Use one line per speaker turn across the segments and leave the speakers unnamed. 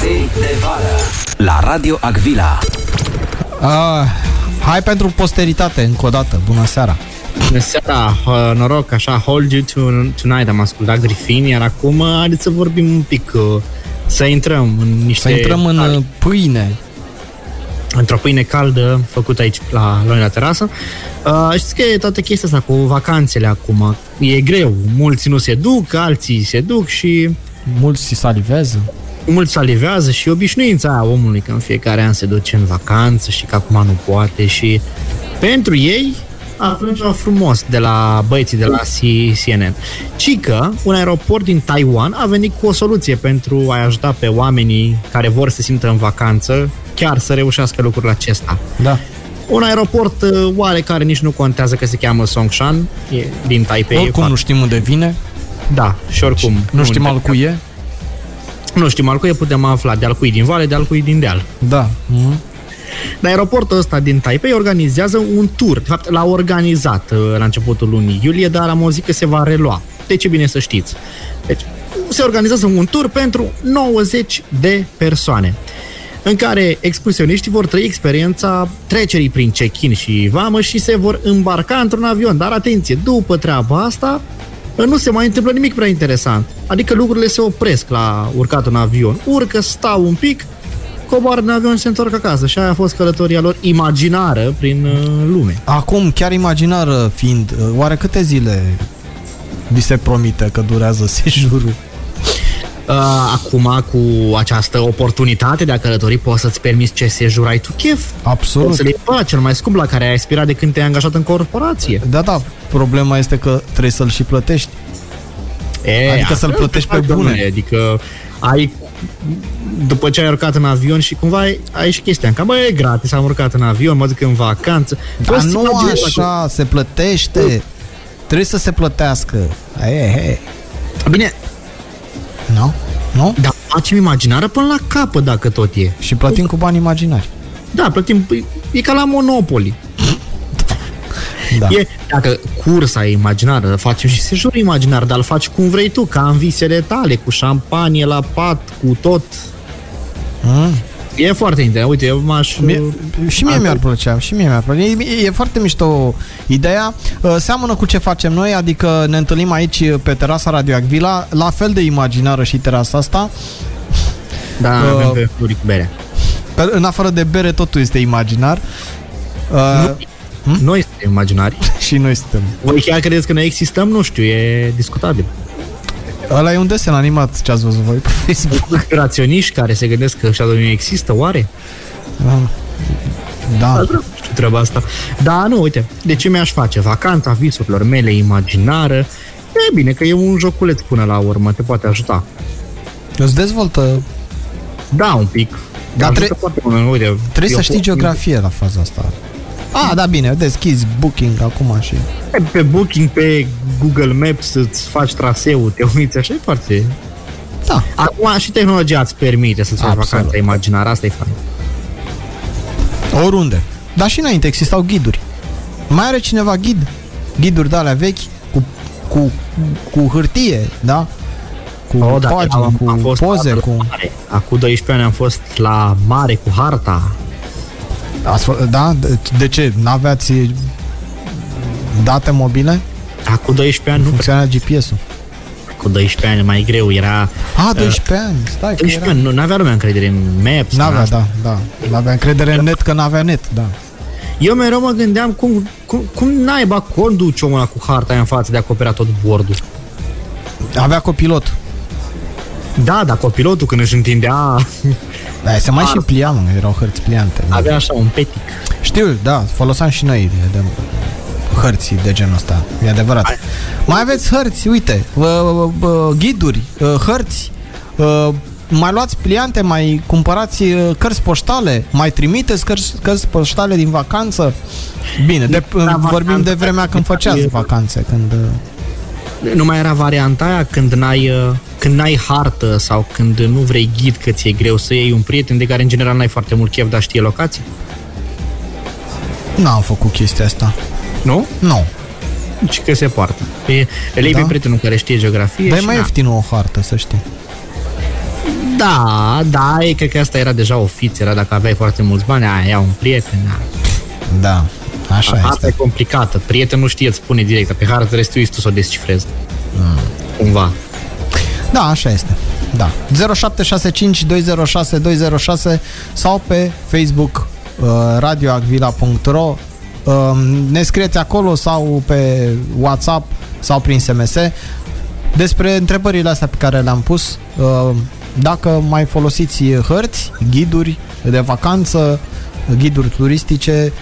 Piese de vară la Radio Agvila.
Uh, hai pentru posteritate, încă o dată. Bună seara!
Bună seara, uh, noroc, așa, Hold You to, Tonight am ascultat Griffin, iar acum uh, haideți să vorbim un pic, uh, să intrăm în niște...
Să intrăm în uh, pâine.
într-o pâine caldă făcută aici la noi la terasă. Uh, știți că e toată chestia asta cu vacanțele acum. E greu, mulți nu se duc, alții se duc și
Mulți se salivează.
mulți salivează și e obișnuința aia omului că în fiecare an se duce în vacanță și că acum nu poate și pentru ei aflăm ceva frumos de la băieții de la C- CNN. Ci că un aeroport din Taiwan a venit cu o soluție pentru a ajuta pe oamenii care vor să se simtă în vacanță chiar să reușească lucrul acesta.
Da.
Un aeroport uh, oarecare nici nu contează că se cheamă Songshan, e din Taipei. e
Oricum
foarte-
nu știm unde vine,
Da, și oricum.
nu știm al cui e.
Nu știm al cui e, putem afla de al cui din vale, de al cui din deal.
Da. Mhm.
Dar aeroportul ăsta din Taipei organizează un tur. De fapt, l-a organizat uh, la începutul lunii iulie, dar am auzit că se va relua. Deci e bine să știți. Deci, se organizează un tur pentru 90 de persoane în care excursioniștii vor trăi experiența trecerii prin check-in și vamă și se vor îmbarca într-un avion. Dar atenție, după treaba asta, uh, nu se mai întâmplă nimic prea interesant. Adică lucrurile se opresc la urcat în avion. Urcă, stau un pic, coboară din avion și se întorc acasă. Și aia a fost călătoria lor imaginară prin uh, lume.
Acum, chiar imaginară fiind, uh, oare câte zile vi se promite că durează sejurul?
Uh, acum, cu această oportunitate de a călători, poți să-ți permiți ce sejur ai tu chef. Poți
Absolut.
să le iei pe ăla cel mai scump la care ai aspirat de când te-ai angajat în corporație.
Da, da, problema este că trebuie să-l și plătești.
E,
Adică să-l
asta
plătești
e
pe
domnule,
bune.
Adică ai după ce ai urcat în avion și cumva ai, ai și chestia în cap, bă, e gratis, am urcat în avion, mă duc în vacanță.
Dar
Poți să-ți
nu
imaginezi dacă-
așa, se plătește. Trebuie să se plătească. Aia e, e.
Bine,
Nu? Nu?
dar facem imaginară până la capăt dacă tot e.
Și plătim cu bani imaginari.
Da, plătim, păi, e ca la Monopoly.
Da.
E, dacă cursa e imaginară, facem și sejur imaginar, dar îl faci cum vrei tu, ca în visele tale, cu șampanie la pat, cu tot.
Mm.
E foarte interesant. Uite, eu m-aș...
Mie, și mie
Altfel.
mi-ar plăcea, și mie mi-ar plăcea. E, e foarte mișto ideea. Uh, Seamănă cu ce facem noi, adică ne întâlnim aici uh, pe terasa Radio Agvila, la fel de imaginară și terasa asta.
Da,
Uh,
avem pe Floric Berea.
Pe, în afară de bere, totul este imaginar. Uh,
Noi suntem imaginari.
și noi suntem.
Voi chiar credeți că noi existăm? Nu știu, e discutabil.
Ăla e un desen animat ce ați văzut voi pe Facebook.
Raționiști care se gândesc că Shadow nu există, oare?
Uh, Da.
Nu știu treaba asta. Da, nu, uite, de ce mi-aș face? Vacanța visurilor mele imaginară. E bine că e un joculeț până la urmă, te poate ajuta.
Îți dezvoltă.
Da, un pic.
Dar
Dar
tre-
trebuie, uite,
Trebuie
eu
să știi
pot-
geografie la faza asta. A, da, bine, deschizi booking acum și...
Pe Booking, pe Google Maps, îți faci traseul, te uiți, așa e foarte...
Da.
Acum și tehnologia îți permite să-ți faci
Absolut.
vacanța imaginară, asta e fain.
Oriunde. Dar și înainte existau ghiduri. Mai are cineva ghid? Ghiduri de alea vechi cu, cu, cu hârtie, da? Cu
O, da,
pagini,
am,
cu
am fost
poze,
la
cu...
Mare. Acum 12 ani am fost la mare cu harta.
Ați fă- Da? De, de ce? N-aveați date mobile?
Acum 12 ani, nu prea.
Funcționa GPS-ul.
Cu 12 ani mai greu era...
A, 12 ani, stai că
12
era...
ani, Păi nu avea lumea încredere în Maps. în
N-avea,
asta.
da, da. N-avea încredere în net că n-avea net, da.
Eu mereu mă gândeam cum, cum, cum naiba conduce omul ăla cu harta aia în față de a acopera tot bordul.
Avea copilot.
Da, dar copilotul când își întindea
Da, se mai
Ar-
și plia, mă, erau hărți pliante. da.
Ah. avea așa un petic.
Știu, da, foloseam și noi de, de hărți de genul ăsta, e adevărat. Mai aveți hărți, uite, uh, uh, ghiduri, uh, hărți, uh, mai luați pliante, mai cumpărați uh, cărți poștale, mai trimiteți cărți, cărți poștale din vacanță. Bine, de,
La
vorbim
vacanță,
de vremea când făceați vacanțe, când... uh,
Nu mai era varianta aia când n-ai, uh, când n-ai hartă sau când nu vrei ghid că ți-e greu să iei un prieten de care în general n-ai foarte mult chef, dar știe locații.
N-am făcut chestia asta.
Nu?
Nu.
Deci că se poartă. Păi, Pe, le iei
Da.
pe prietenul care știe geografie
Dar e
și da.
mai
na.
ieftin o hartă, să știi.
Da, da, e, cred că asta era deja ofiț, era dacă aveai foarte mulți bani, aia ia un prieten, aia.
Da, așa
Harta e
este.
complicată. Prietenul știe, îți spune direct. dar Pe hartă restuiți tu să o descifrezi. Hmm. Cumva.
Da, așa este. Da. 0765 206 206 sau pe Facebook uh, radioagvila.ro uh, ne scrieți acolo sau pe WhatsApp sau prin SMS despre întrebările astea pe care le-am pus uh, dacă mai folosiți hărți, ghiduri de vacanță, ghiduri turistice,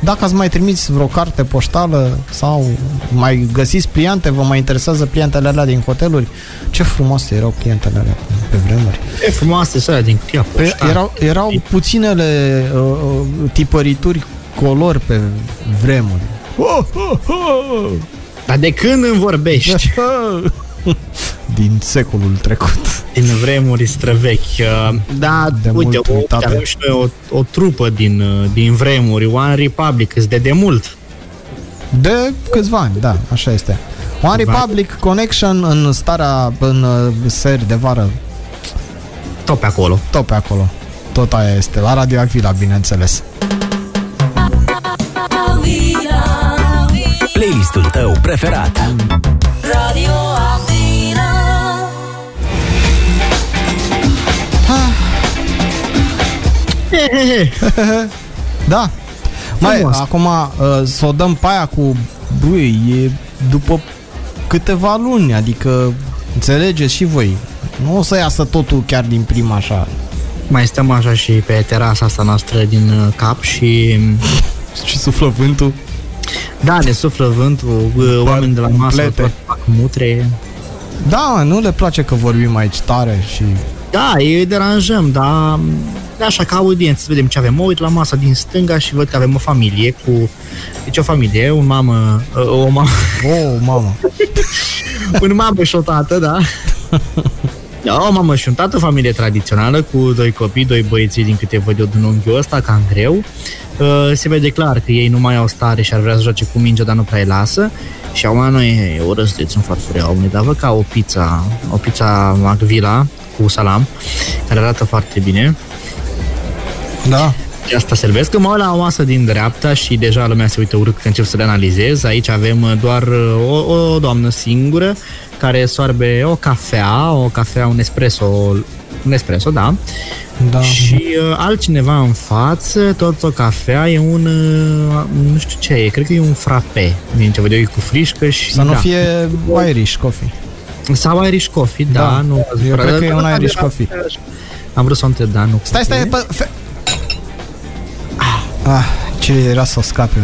dacă ați mai trimis vreo carte poștală sau mai găsiți pliante, vă mai interesează pliantele alea din hoteluri? Ce frumoase erau pliantele alea pe vremuri.
E frumoasă sarea din cutia
Păi
poștală.
erau, erau puținele uh, uh, tipărituri color pe vremuri.
Dar de când îmi vorbești?
Din secolul trecut.
din vremuri străvechi. Uh, Da,
De
de
mult
uite, o,
uitate.
avem și noi o, o trupă din, uh, din vremuri. One Republic, îți de demult.
De câțiva ani, da, așa este. One
Câțiva ani.
Republic Connection în starea, în uh, seri de vară,
Tot pe acolo.
tot pe acolo. Tot aia este, la Radio Aquila, bineînțeles.
Avila,
Playlistul tău preferat.
Radio Avila.
Da. Mai,
Frumos.
acum uh, să o dăm pe aia cu bui, e după câteva luni, adică înțelegeți și voi. Nu o să iasă totul chiar din prima așa.
Mai stăm așa și pe terasa asta noastră din uh, cap și... mm,
Și suflă vântul.
Da, ne suflă vântul, uh, oameni de la masă
complete.
tot fac mutre.
Da, mă, nu le place că vorbim aici tare și...
Da, îi deranjăm, dar da, așa ca audiență, să vedem ce avem. Mă uit la masa din stânga și văd că avem o familie cu... Deci o familie, un mamă, o mamă,
Oh, mamă.
un mamă și o tată, da? Da, o mamă și un tată, o familie tradițională cu doi copii, doi băieții din câte văd eu din unghiul ăsta, cam greu. Uh, Se vede clar că ei nu mai au stare și ar vrea să joace cu mingea, dar nu prea îi lasă. Și acum noi o răstuiți în farfuria omului, dar văd ca o pizza, o pizza Macvila cu salam, care arată foarte bine.
Da.
De asta servesc. Mă uit la o masă din dreapta și deja lumea se uită urât că încep să le analizez. Aici avem uh, doar uh, o, o doamnă singură care soarbe o cafea, o cafea, un espresso, un espresso, da.
Da.
Și uh, altcineva în față, tot o cafea, e un, uh, nu știu ce e, cred că e un frappe, din ce văd eu, e cu frișcă și...
Să nu
da.
fie Irish Coffee.
Sau Irish Coffee, da,
Da,
nu...
eu cred că e un
Am
Irish
vrut-
coffee.
da. Am vrut să o întreb, da, nu...
Stai, stai, bă, fe... ah, ah, ce era să o scap eu.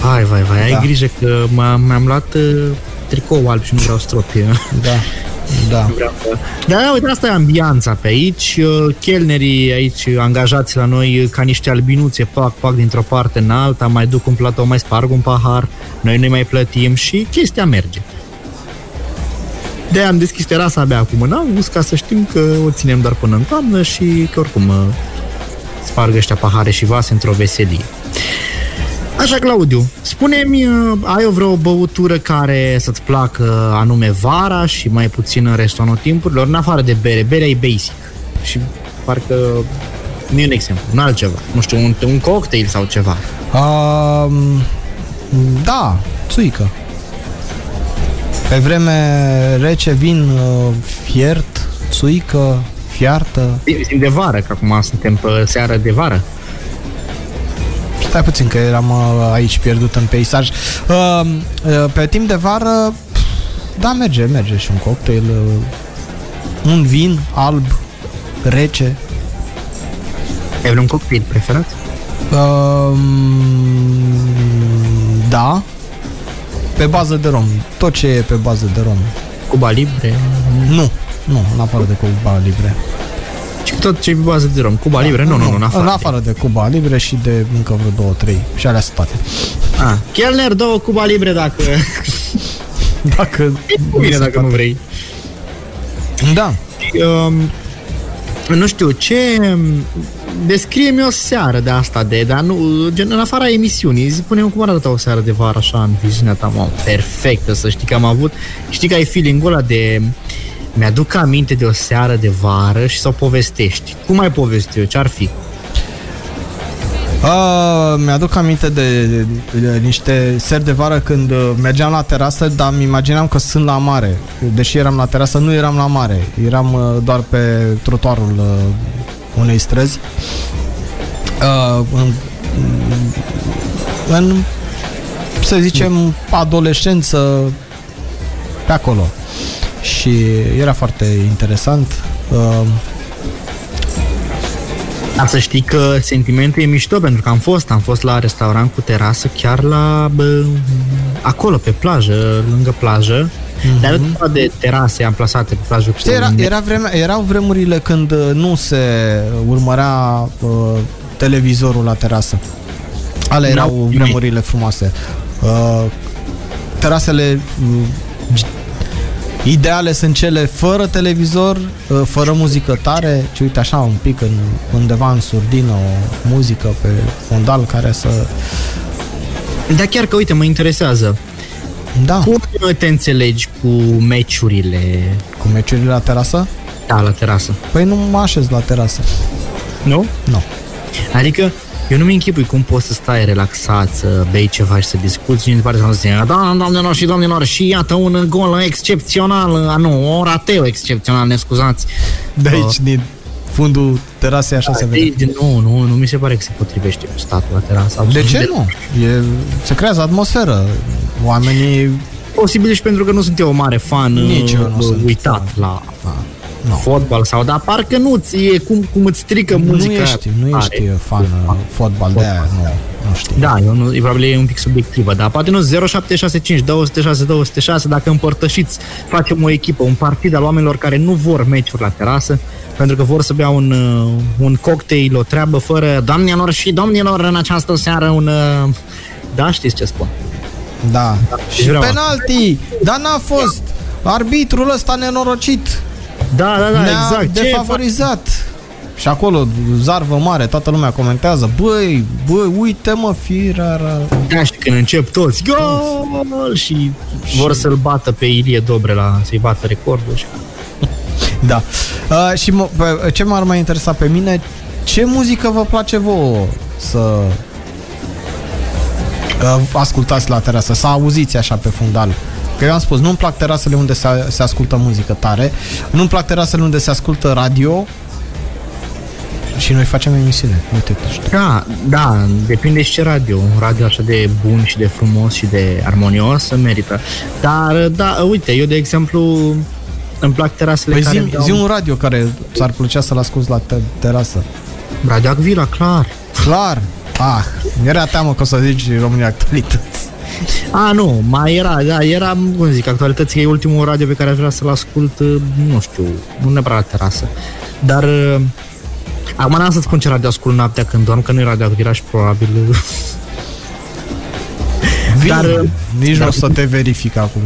Vai, vai, vai, ai
Da.
grijă că m-a- mi-am luat uh, tricou alb și nu vreau stropi.
Da, da.
Dar da, uite, asta e ambianța pe aici. Uh, Chelnerii aici, uh, angajați la noi, uh, ca niște albinuțe, pac, pac, dintr-o parte în alta, mai duc un platou, mai sparg un pahar, noi nu mai plătim și chestia merge. de am deschis terasa abia acum în august, ca să știm că o ținem doar până în toamnă și că oricum uh, sparg ăștia pahare și vase într-o veselie. Așa, Claudiu, spune-mi, uh, ai o vreo băutură care să-ți placă anume vara și mai puțin în restul anotimpurilor, în afară de bere? Berea e basic și parcă nu e un exemplu, un altceva. Nu știu, un, un cocktail sau ceva.
Um, da, țuică. Pe vreme rece vin uh, fiert, țuică, fiartă.
Sim de vară, că acum suntem pe seară de vară.
Stai puțin că eram uh, aici pierdut în peisaj. Uh, uh, pe timp de vară, pf, da, merge, merge și un cocktail. Uh, un vin alb, rece.
Ai vreun cocktail preferat?
Um, da, pe bază de rom. Tot ce e pe bază de rom.
Cuba Libre?
Nu, nu, în afară de Cuba Libre.
Și tot ce e pe bază de rom. Cuba Libre? Nu, nu, nu, în afară.
În afară de Cuba Libre și de încă vreo două, trei. Și alea sunt toate.
Ah. Chelner, două Cuba Libre dacă...
Dacă...
Bine, dacă nu vrei.
Da.
um, nu știu ce descrie-mi o seară de asta de, dar nu, gen, în afara emisiunii, zi, pune cum arată o seară de vară așa în viziunea ta, mă, perfectă, să știi că am avut, știi că ai feeling-ul ăla de Mi-aduc aminte de o seară de vară și să o povestești. Cum mai povesti eu? Ce-ar fi?
Uh, mi-aduc aminte de, de, de niște seri de vară când uh, mergeam la terasă, dar îmi imaginam că sunt la mare. Deși eram la terasă, nu eram la mare. Eram uh, doar pe trotuarul uh, unei străzi. Uh, în, în, să zicem, adolescență pe acolo. Și era foarte interesant. Uh,
Dar să știi că sentimentul e mișto, pentru că am fost, am fost la restaurant cu terasă, chiar la... Bă, acolo, pe plajă, lângă plajă. Mm-hmm. Dar nu doar de terase amplasate pe plajă.
Știi, era, era vreme, erau vremurile când uh, nu se urmărea uh, televizorul la terasă. Ale
N-au
erau
nimic.
vremurile frumoase. Uh, terasele uh, g- ideale sunt cele fără televizor, uh, fără muzică tare, ci uite așa un pic în, undeva în surdină o muzică pe fondal care să...
Dar chiar că, uite, mă interesează.
Da,
Cum te înțelegi cu meciurile
cu meciurile la terasă?
da, la terasă?
Păi nu mă așez la terasă.
Nu?
Nu.
Adică eu nu-mi închipui cum poți să stai relaxat, să bei ceva și să discuți și din departe să zic, da, doamnelor și domnilor, și iată un gol excepțional, a nu, o rateu excepțional, ne scuzați.
De aici, din fundul terasei, așa se
Da,
vede.
de- nu, nu, nu mi se pare că se potrivește cu statul la terasă.
De
absolut
ce
deloc.
nu? E, se creează atmosferă. Oamenii...
Posibil și pentru că nu sunt eu mare fan
Nici eu nu
bă,
sunt
uitat
fan.
la
Nu.
fotbal sau, dar parcă nu ți e cum, cum îți strică muzica.
nu
aia
ești, nu
tare.
ești fan uh, fotbal, de aia nu, nu știi.
Da, eu nu, e probabil e un pic subiectivă, dar poate nu 0765 206 206 dacă împărtășiți, facem o echipă, un partid al oamenilor care nu vor meciuri la terasă, pentru că vor să bea un, uh, un cocktail, o treabă fără doamnelor și domnilor în această seară un... uh, Da, știți ce spun.
da. Și
vreau asta.
penalti! Dar n-a fost! Arbitrul ăsta nenorocit!
Da, da, da,
ne-a
exact. Ce
defavorizat! Și acolo, zarvă mare, toată lumea comentează Băi, băi, uite mă, firara
fac- Da, și când încep toți, gol! Și vor să-l bată pe Ilie Dobre la să-i bată recordul și...
Da. Uh, și mă, pe- ce m-ar mai interesa pe mine, ce muzică vă place vouă să uh, ascultați la terasă, să auziți așa pe fundal? Că eu am spus, nu-mi plac terasele unde se, se ascultă muzică tare, nu-mi plac terasele unde se ascultă radio și noi facem emisiune. Uite, Păi știu.
Da, da, depinde și ce radio. Un radio așa de bun și de frumos și de armonios merită. Dar, da, uite, eu, de exemplu, îmi plac terasele
Păi
care
zi,
îmi dau-
zi un radio care ți-ar plăcea să-l asculti la te- terasă.
Radio Acvila, clar.
Clar! Ah, era teamă că o să zici România Actualități.
A, nu, mai era, da, era, cum zic, actualități, că e ultimul radio pe care aș vrea să-l ascult, uh, nu știu, nu neapărat la terasă. Dar, uh, acum n-am să-ți spun ce radio ascult noaptea când dorm, că nu e radio Acvila și probabil... uh,
Bine,
Dar, da.
dar, nici nu
dar-
o să te verific acum.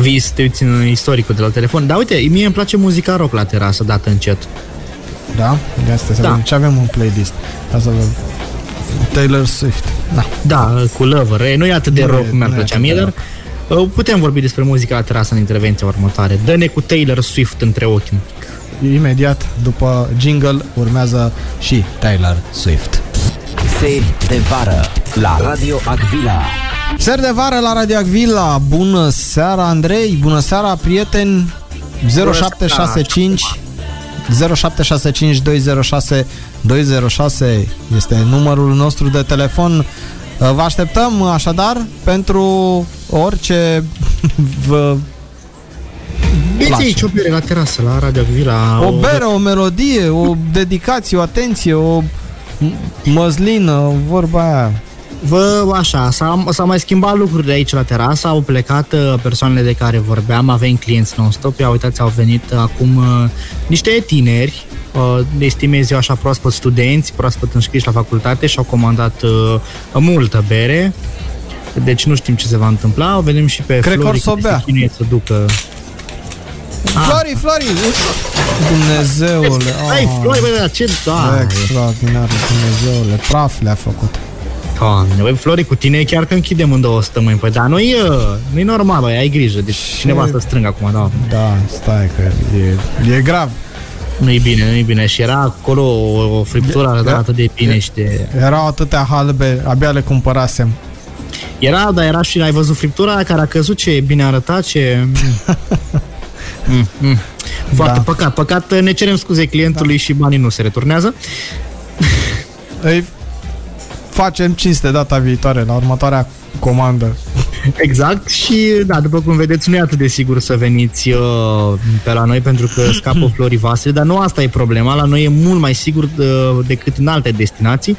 Vii să te uiți în istoricul de la telefon. Dar uite, mie îmi place muzica rock la terasă, dată încet.
Da? De asta să
Da.
vedem. Ce avem în playlist? Ca să vedem. Taylor Swift. Da.
Da, cu Lover. E, Nu e atât de
Nu e-
rock cum mi-ar
nu e
plăcea
atât
mie,
de
dar uh, putem vorbi despre muzica la terasă în intervenția următoare. Dă-ne cu Taylor Swift între ochi un pic.
Imediat după jingle urmează și Taylor Swift.
Seri de vară la Radio Agvila.
Ser de vară la Radio Agvila. Bună seara, Andrei. Bună seara, prieteni. 0765 0765 206 206 este numărul nostru de telefon. Vă așteptăm așadar pentru orice vă
Ia-ți
Place.
aici o bere la terasă, la Radio Vila.
O bere, o melodie, o dedicație, o atenție, o m- măslină, vorba aia.
Vă, așa, s-a, s-a mai schimbat lucrurile aici la terasă, au plecat uh, persoanele de care vorbeam, avem clienți non-stop, ia uitați, au venit uh, acum uh, niște tineri, uh, estimez eu așa proaspăt studenți, proaspăt înscriși la facultate și au comandat uh, multă bere, deci nu știm ce se va întâmpla, o venim și pe
Cred că or
Flori,
să o
care
bea.
se chinuie să ducă.
Flori, Flori! uite- Dumnezeule!
Hai,
oh,
Flori, bă, ce da!
Extraordinar, Dumnezeule! Praf le-a făcut.
Doamne, băi, Flori, cu tine chiar că închidem în două săptămâni. Păi, dar nu-i, uh, nu-i normal, băi, ai grijă. Deci cineva să strâng acum, da.
Da, stai că e, e grav.
Nu-i bine, nu-i bine. Și era acolo o, o
Da.
friptură arătată de bine și de...
Erau atâtea halbe, abia le cumpărasem.
Era, dar era și ai văzut friptura aia care a căzut, ce bine arăta, ce... Mm, mm. Foarte
Da.
da. păcat, păcat. Ne cerem scuze clientului da. și banii nu se returnează.
Îi facem cinste data viitoare, la următoarea comandă.
Exact și da, după cum vedeți, nu e atât de sigur să veniți uh, pe la noi pentru că scapă florii voastre, dar nu asta e problema, la noi e mult mai sigur uh, decât în alte destinații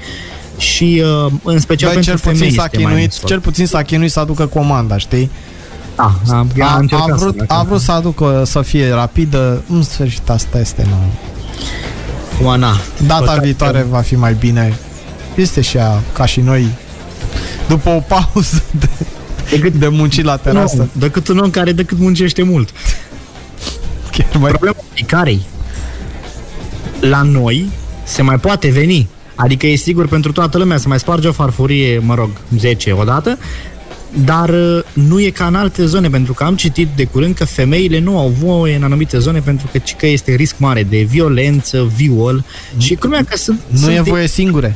și uh, în special
Dar
pentru
cel puțin
femei
s-a
este mai
chinuit,
ușor.
cel puțin s-a chinuit să aducă comanda, știi?
da, a, a,
A,
încercat
a,
să
vrut,
facă.
a vrut să aducă să fie rapidă, în sfârșit asta este nou.
Acum, na,
Data
păcat
viitoare va fi mai bine. Este și ea, ca și noi, după o pauză de,
Decât-
de muncit la
că-
terasă.
Nu, decât un om care decât muncește mult.
Păi- Chiar mai...
Problema e care la noi se mai poate veni. Adică e sigur pentru toată lumea să mai sparge o farfurie, mă rog, 10 odată, dar uh, nu e ca în alte zone, pentru că am citit de curând că femeile nu au voie în anumite zone pentru că, ci că este risc mare de violență, viol și culmea că sunt...
Nu
sunt
e voie singure.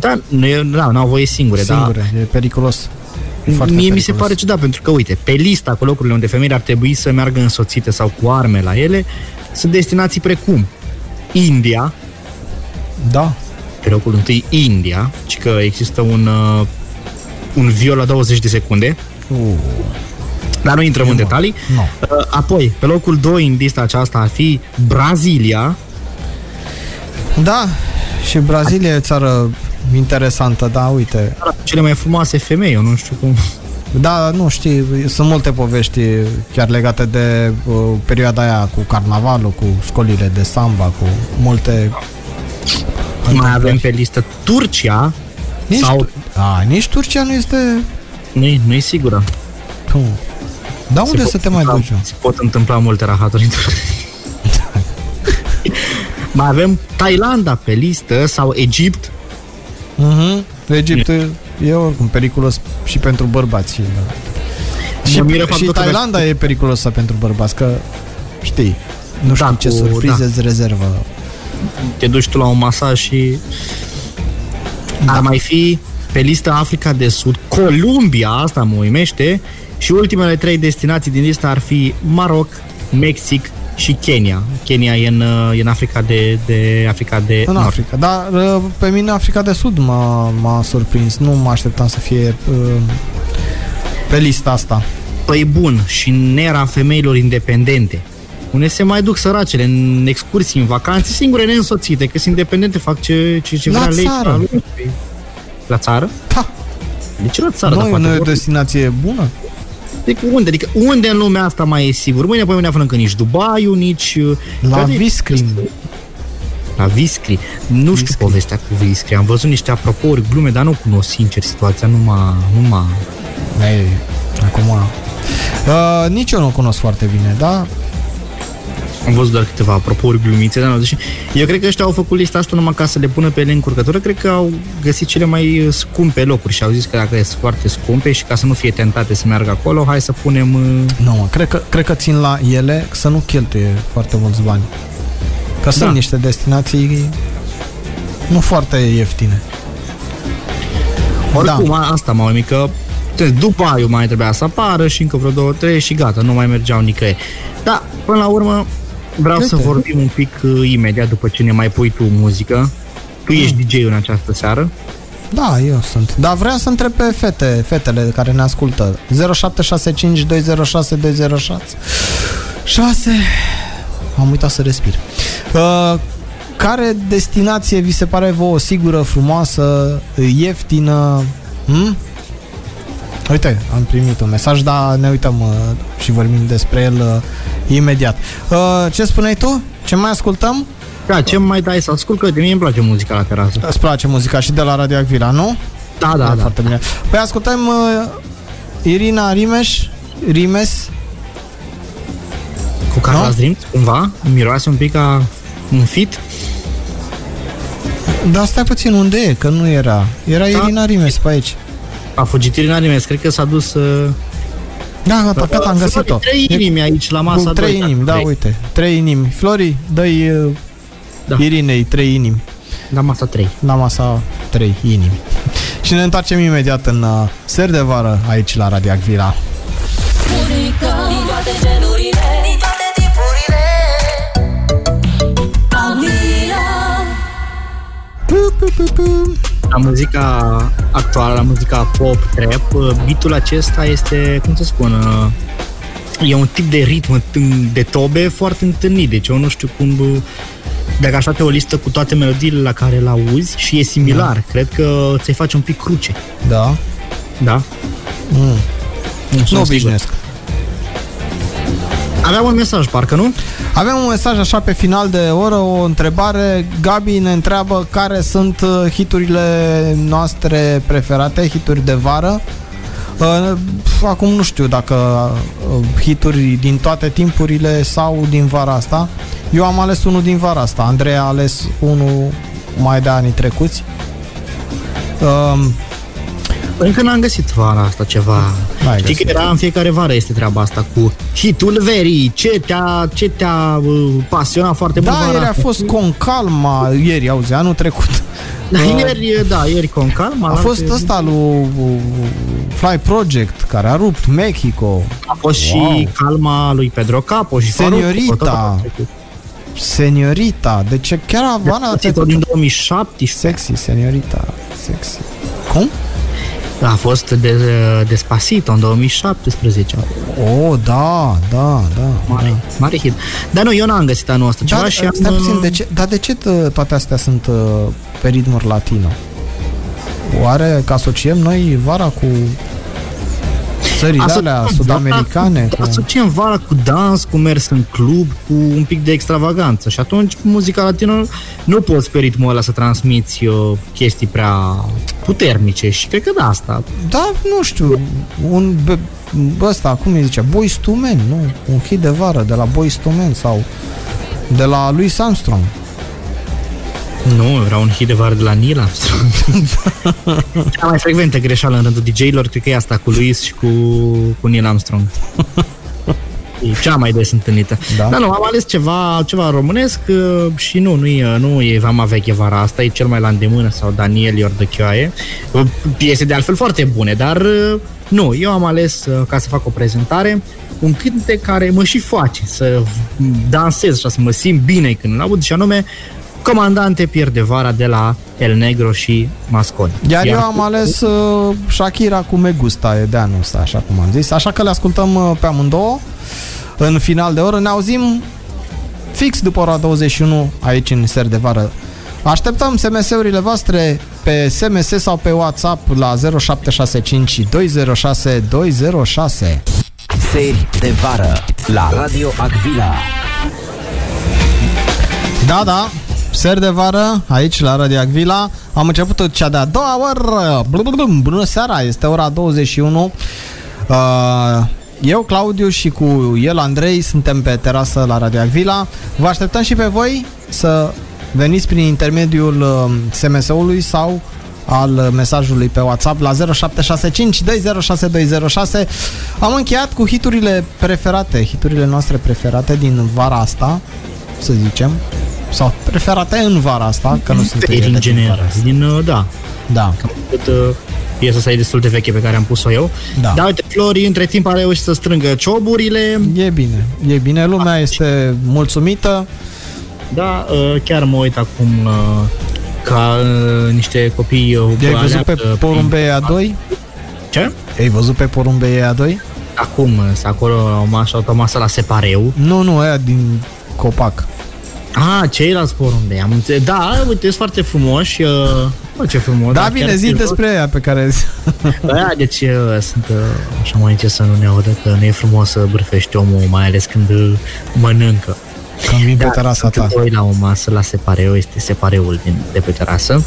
Da, nu e, da, n-au voie singure, da.
Singure, e periculos. E
Mie
foarte
mi se
periculos.
pare ciudat, pentru că, uite, pe lista cu locurile unde femeile ar trebui să meargă însoțite sau cu arme la ele, sunt destinații precum India,
Da.
pe locul întâi India, ci că există un, uh, un viol la 20 de secunde,
Uh,
dar nu intrăm în detalii.
nu.
Uh, Apoi, pe locul 2 în lista aceasta ar fi Brazilia,
Da, și Brazilia e țară interesantă, da, uite.
țara cu cele mai frumoase femei, eu nu știu cum...
Da, nu știi, sunt multe povești chiar legate de uh, perioada aia cu carnavalul, cu școlile de samba, cu multe...
Mai avem pe listă Turcia,
Nici,
sau...
tu... A, nici Turcia nu este...
Nu-i, nu-i sigură.
Tu. Da,
Se
unde
pot
să te mai
întâmpla-
duci? mă?
Se pot întâmpla multe rahaturi în Turcia. Mai avem Thailanda pe listă sau Egipt.
Mhm. Egiptul e oricum periculos și pentru bărbați. Și, și,
miră
și
faptul că-
Thailanda e periculoasă pentru bărbați, că știi, nu
Da,
știi ce
cu-
surprize îți rezervă.
Te duci tu la un masaj și...
Da.
Ar mai fi pe listă Africa de Sud, Columbia, asta mă uimește, și ultimele trei destinații din listă ar fi Maroc, Mexic și Kenya. Kenya e în, uh, e în Africa de, de Africa de
În
Nord.
Africa, dar uh, pe mine Africa de Sud m-a, m-a surprins, nu mă așteptam să fie uh, pe lista asta.
Păi bun, și în era femeilor independente. Unde se mai duc săracele în excursii, în vacanțe, singure neînsoțite, că sunt independente, fac ce, ce, ce
La
vrea lei.
țară.
La, la țară?
Da,
De ce la țară?
nu
Dar
e
Da, poate
o
vor-
destinație bună?
Adică unde? Adică unde în lumea asta mai e sigur? Mâine, poi mâine aflăm că nici Dubai, nici...
La
Că-
Viscrim.
La Viscri. Nu știu povestea cu Viscri. Am văzut niște apropouri, glume, dar nu cunosc sincer situația. Nu m-a... Nu m-a...
Ei, acum... Uh, nici eu nu o cunosc foarte bine, da?
Am văzut doar câteva apropouri glumițe, dar nu deci, Eu cred că ăștia au făcut lista asta numai ca să le pună pe ele în curcătură. Cred că au găsit cele mai uh, scumpe locuri și au zis că dacă sunt foarte scumpe și ca să nu fie tentate să meargă acolo, hai să punem... uh,
Nu, mă, cred că, cred că țin la ele să nu cheltuie foarte mulți bani. Că sunt niște destinații nu foarte ieftine.
Oricum, da. asta m-a uimit că te- după aiu mai trebuia să apară și încă vreo două, trei și gata, nu mai mergeau nicăieri. Dar, până la urmă, vreau
Uite.
să vorbim un pic uh, imediat după ce ne mai pui tu muzică. Tu ești DJ-ul în această seară.
Da, eu sunt. Dar vreau să întreb pe fete, fetele care ne ascultă. 0765 206 206 6 Am uitat să respir. Uh, care destinație vi se pare vouă sigură, frumoasă, ieftină? Hmm? Uite, am primit un mesaj, dar ne uităm uh, și vorbim despre el uh, imediat. Uh, ce spuneai tu? Ce mai ascultăm?
Da, ce mai dai să ascult? Că de mie îmi place muzica la terasă.
Îți place muzica și de la Radio Acvila, nu?
Da, da,
Da,
da.
foarte bine. Păi ascultăm uh, Irina Rimeș, Rimes,
Cu Carla
Nu?
Dreams, cumva, miroase un pic ca un fit.
Dar stai puțin, unde e? Că nu era. Era
Da.
Irina Rimes pe aici.
A fugit Irina Nimes, cred că s-a dus... Uh,
Da, pe gata, am
Flori,
găsit-o.
Trei
E-
inimi aici, la masa
Cu trei
doi,
inimi, da,
trei.
uite. Trei inimi. Flori, dă-i uh,
Da.
Irinei trei inimi.
La masa 3.
La masa trei inimi. Și ne întoarcem imediat în uh, ser de vară aici la Radio Agvila.
Muzică Din toate genurile Din toate tipurile Agvila
Pu, pu, pu, pu.
La muzica actuală, la muzica pop, trap, uh, beatul acesta este, cum să spun, uh, e un tip de ritm în- de tobe foarte întâlnit, deci eu nu știu cum... uh, Dacă aș face o listă cu toate melodiile la care le auzi și e similar, da. cred că ți-ai face un pic cruce,
Da.
da?
Mm.
sunt
Nu
sigur.
obișnuiesc.
Aveam un mesaj, parcă nu?
Avem un mesaj așa pe final de oră, o întrebare. Gabi ne întreabă care sunt uh, hiturile noastre preferate, hituri de vară. Uh, pf, Acum nu știu dacă uh, hituri din toate timpurile sau din vara asta. Eu am ales unul din vara asta. Andrei a ales unul mai de anii trecuți. Um,
Încă n-am găsit vara asta ceva.
N-ai
Știi
găsit.
că era în fiecare vară este treaba asta cu hitul verii, ce te-a, ce te-a uh, pasionat foarte mult
da,
vara
ieri a
asta.
fost concalma, ieri, auzi, anul trecut.
Da, ieri, da, ieri Concal
uh, A fost ăsta lui uh, Fly Project care a rupt Mexico,
A fost wow. și
Wow.
calma lui Pedro Capo și
Seniorita. Seniorita. Deci e chiar Havana a
Vana
trecut.
din 2017
Sexy, Seniorita. Sexy. Cum?
a fost de, despasito în 2017.
Oh, da, da, da.
Mare, mare hit. Dar nu, eu n-am găsit anul ăsta ceva
Dar, uh,
și am... uh,
stai puțin, de ce, dar de ce tă- toate astea sunt uh, pe ritmuri latino? Oare că asociem noi vara cu țările alea
Asociem
sud-americane?
vara
Cu...
Cu, asociem vara cu dans, cu mers în club, cu un pic de extravaganță. Și atunci muzica latină nu poți pe ritmul ăla să transmiți eu, chestii prea puternice și cred că de asta.
Da, nu știu, un be- ăsta, cum îi zice, Boys to Men, nu? Un hit de vară de la Boys to Men sau de la lui Armstrong.
Nu, era un hit de vară de la Neil Armstrong. Cea mai frecventă greșeală în rândul DJ-lor, cred că e asta cu Luis și cu, cu Neil Armstrong. E cea mai des întâlnită.
Da.
Da. Dar nu, am ales ceva, ceva românesc uh, și nu, nu e, nu e Vama Veche vara asta, e cel mai la îndemână sau Daniel Iordăchioae. Uh, Piese de altfel foarte bune, dar uh, nu, eu am ales, uh, ca să fac o prezentare, un cântec care mă și face să dansez și să mă simt bine când îl aud și anume Comandante pierde vara de la El Negro și Masconi.
Iar, eu am ales uh, Shakira cu Megusta e de anul ăsta, așa cum am zis. Așa că le ascultăm uh, pe amândouă în final de oră. Ne auzim fix după ora 21 aici în ser de vară. Așteptăm SMS-urile voastre pe SMS sau pe WhatsApp la 0765 206 206.
Seri de vară la Radio Agvila.
Da, da, ser de vară, aici la Radio Agvila. Am început cea de-a doua oră. Blum, blum, blum. Bună seara, este ora 21. Uh, eu, Claudiu și cu el, Andrei, suntem pe terasă la Radio Agvila. Vă așteptăm și pe voi să veniți prin intermediul uh, SMS-ului sau al uh, mesajului pe WhatsApp la 0765 206 206. Am încheiat cu hiturile preferate, hiturile noastre preferate din vara asta, să zicem, sau preferate în vara asta, că nu sunt ele
din
din
general,
vara asta.
din, uh, da,
Da.
cât uh, piesa asta e destul de veche pe care am pus-o eu.
Da.
Dar uite, Flori între timp a reușit să strângă cioburile,
E bine, e bine,
Ah.
lumea este mulțumită.
da, uh, chiar mă uit acum uh, ca uh, niște copii uh,
I-ai văzut
aleargă
pe
prin-
porumbei a 2?
Ce?
Ai văzut pe porumbei a 2?
Acum, uh, acolo au mas- au masă la separeu.
Nu, nu, aia din copac.
Ah, ceilalți porumbei, am înțeles. Da, uite, sunt foarte frumoși. Uh, bă, ce frumos.
Da,
dar
bine,
chiar
zi
frumos.
despre aia pe care...
Da, deci uh, sunt uh, așa mai ce să nu ne audă că nu e frumos să bârfești omul, mai ales când uh, mănâncă. Da,
Când vin pe terasa ta.
sunt doi la o masă la separeu, este separeul din, de pe terasă,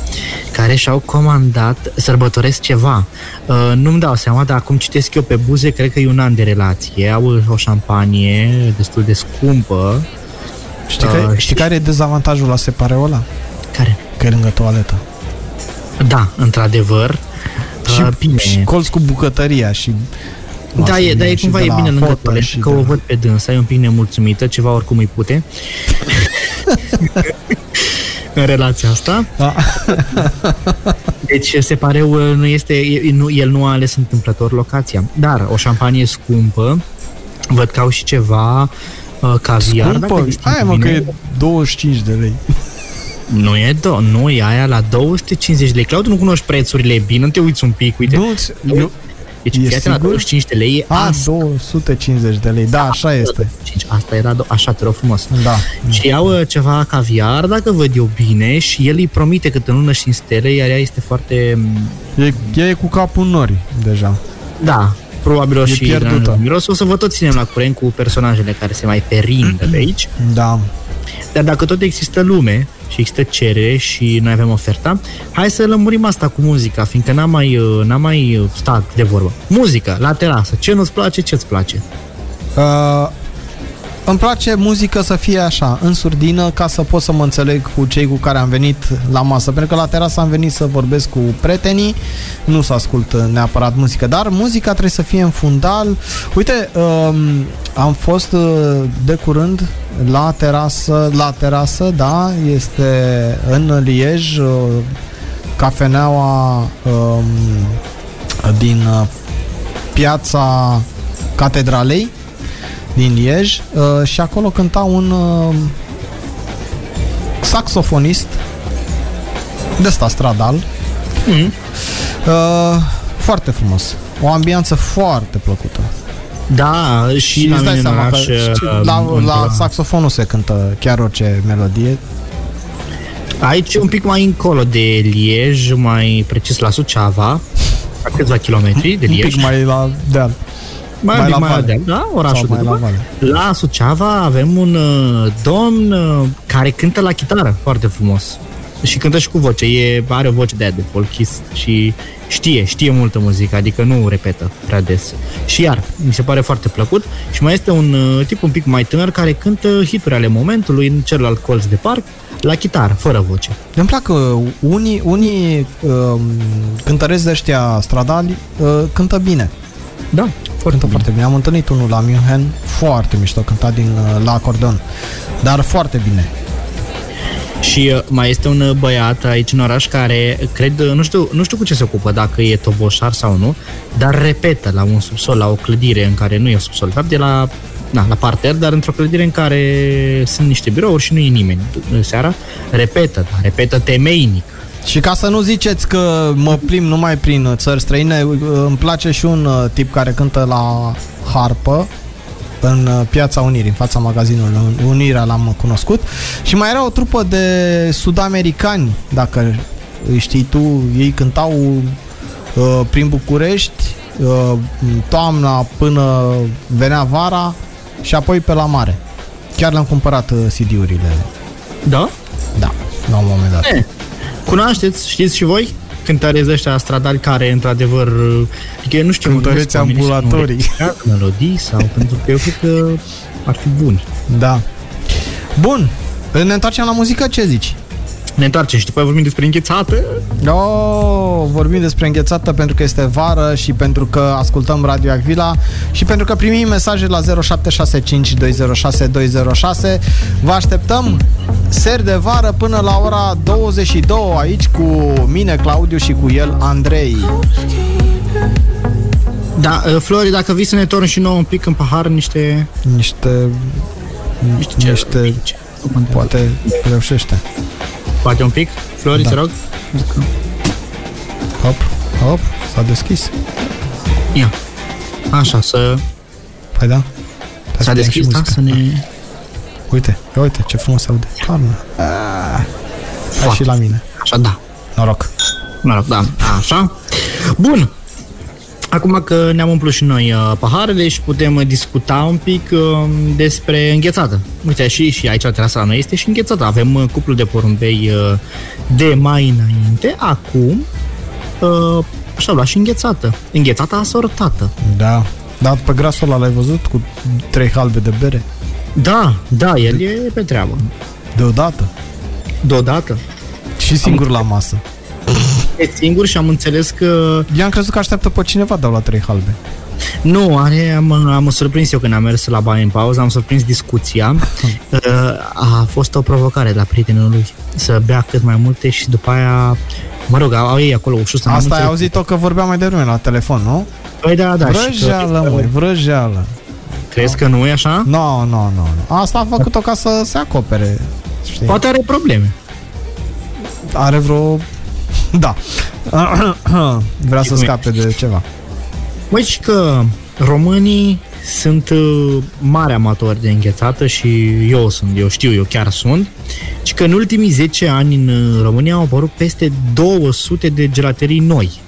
care și-au comandat, sărbătoresc ceva. Uh, nu-mi dau seama, dar acum citesc eu pe buze, cred că e un an de relație. Au o șampanie destul de scumpă,
Știi, că,
Da.
știi care e dezavantajul la separeola?
Care?
că e lângă toaletă.
Da, într-adevăr. uh, bine.
și colț cu bucătăria și...
Da, e, da, e
și
cumva
de
e
la
bine lângă
fotă
toaletă,
și
că
de
o
la-
văd pe dânsa, e un pic nemulțumită, ceva oricum îi pute. în relația asta.
Da.
Deci se pare nu este, e- nu, el nu a ales întâmplător locația. Dar o șampanie scumpă, văd că au și ceva uh, caviar. dacă
Cumpă,
disting
hai mă că
bine.
e 25 de lei.
Nu e, do- nu e aia la 250 de lei. Claudiu, nu cunoști prețurile bine, nu te uiți un pic, uite.
Nu, eu,
deci
e
fiața la
sigur?
25 de lei e
a,
asta.
250 de lei, da, așa este.
25. Asta era, do- așa, te rog frumos.
Da.
Și iau uh, ceva caviar, dacă văd eu bine, și el îi promite câte lună și în stele, iar ea este foarte... mm,
E, ea e cu capul în nori deja.
Da, probabil o și
pierdută.
miros. O să vă tot ținem la curent cu personajele care se mai perindă de aici.
Da.
Dar dacă tot există lume și există cerere și noi avem oferta, hai să lămurim asta cu muzica, fiindcă n-am mai, uh, n-am mai uh, stat de vorbă. Muzică, la terasă, ce nu-ți place, ce-ți place.
Uh, îmi place muzică să fie așa, în surdină, ca să pot să mă înțeleg cu cei cu care am venit la masă. Pentru că la terasă am venit să vorbesc cu prietenii, nu să ascult uh, neapărat muzică, dar muzica trebuie să fie în fundal. Uite, um, am fost uh, de curând la terasă, la terasă, da, este în Liej, uh, cafeneaua um, din uh, piața Catedralei din Liej uh, și acolo cânta un uh, saxofonist de ăsta stradal. Mm.
Mhm.
Uh, foarte frumos. O ambianță foarte plăcută.
Da, și,
Și
la
îți dai
mine în
seama că
oraș,
și
uh,
la,
în-
la saxofonul se cântă chiar orice melodie.
Aici un pic mai încolo de Liej, mai precis la Suceava, la câțiva kilometri de
Un
Liej.
pic mai la deal.
mai,
mai
un pic
la
mai la
vale.
deal, da, orașul
Sau mai
de
la
după.
vale.
La Suceava avem un uh, domn uh, care cântă la chitară foarte frumos. Și cântă și cu voce, e, are o voce de aia de folchist și știe, știe multă muzică, adică nu repetă prea des. Și iar, mi se pare foarte plăcut și mai este un uh, tip un pic mai tânăr care cântă hituri ale momentului în celălalt colț de parc, la chitară, fără voce.
Îmi plac că unii, unii uh, cântăreți de ăștia stradali uh, cântă bine.
Da, foarte
Cântă foarte bine. Am întâlnit unul la München, foarte mișto, cânta din, uh, la acordeon. Dar foarte bine.
Și uh, mai este un uh, băiat aici în oraș care, cred, uh, nu știu, nu știu cu ce se ocupă, dacă e toboșar sau nu, dar repetă la un subsol, la o clădire în care nu e subsol, de fapt de la, na, la parter, dar într-o clădire în care sunt niște birouri și nu e nimeni uh, seara, repetă, da, repetă temeinic.
Și ca să nu ziceți că mă plim numai prin uh, țări străine, uh, îmi place și un uh, tip care cântă la harpă în uh, Piața Unirii, în fața magazinului Unirea l-am cunoscut. Și mai era o trupă de sudamericani, dacă îi știi tu, ei cântau uh, prin București, uh, toamna până venea vara și apoi pe la mare. Chiar le-am cumpărat uh, CD-urile.
Da?
Da, la un moment dat.
E, cunoașteți, știți și voi? Cântăreți ăștia stradali care, într-adevăr, uh, adică eu nu știu... mă
Cântăreți
gândesc oamenii să nu
ambulatorii.
repetă Melodii sau... pentru că eu cred că ar fi buni.
Da. Bun. Ne întoarcem la muzică, ce zici?
Ne întoarcem și după aia vorbim despre înghețată.
Oh, vorbim despre înghețată pentru că este vară și pentru că ascultăm Radio Acvila și pentru că primim mesaje la 0765 206 206. Vă așteptăm seri de vară până la ora 22 aici cu mine, Claudiu și cu el, Andrei.
Da, uh, Flori, dacă vii să ne torni și nouă un pic în pahar niște...
Niște... Niște... Poate reușește.
Poate un pic? Flori,
Da.
da. te rog?
Hop, hop, s-a deschis.
Ia. Așa, să...
Păi da.
S-a deschis, da? Să ne...
Uite, ia uite ce frumos se aude. Doamne. Hai și
Foarte.
la mine.
Așa, da.
Noroc.
Mă rog, da. Așa. Bun. Acum că ne-am umplut și noi uh, paharele și putem uh, discuta un pic uh, despre înghețată. Uite, și, și aici la terasa la noi este și înghețată. Avem uh, cuplu de porumbei uh, de mai înainte. Acum uh, și-au luat și înghețată. Înghețată asortată.
Da. Dar pe grasul ăla l-ai văzut cu trei halbe de bere?
Da, da, el e pe treabă.
Deodată.
Deodată.
Și singur la masă.
E singur și am înțeles că...
Eu am crezut că așteaptă pe cineva, dar la trei halbe.
Nu, are, am, am surprins eu când am mers la bani în pauză, am surprins discuția. Uh, A fost o provocare la prietenul lui să bea cât mai multe și după aia... Mă rog, au ei acolo ușul să
Asta ai auzit-o că vorbeam mai devreme la telefon, nu?
Păi da, da, și
Vrăjeală, mă,
că,
vrăjeală.
crezi că nu e așa?
Nu, nu, nu. nu. Asta a făcut-o ca să se acopere. Știi?
Poate are probleme.
Are vreo... Da. Vrea să
cum e?
scape de ceva.
Măi, și că românii sunt uh, mari amatori de înghețată și eu sunt, eu știu, eu chiar sunt. Și că în ultimii 10 ani în uh, România au apărut peste 200 de gelaterii noi.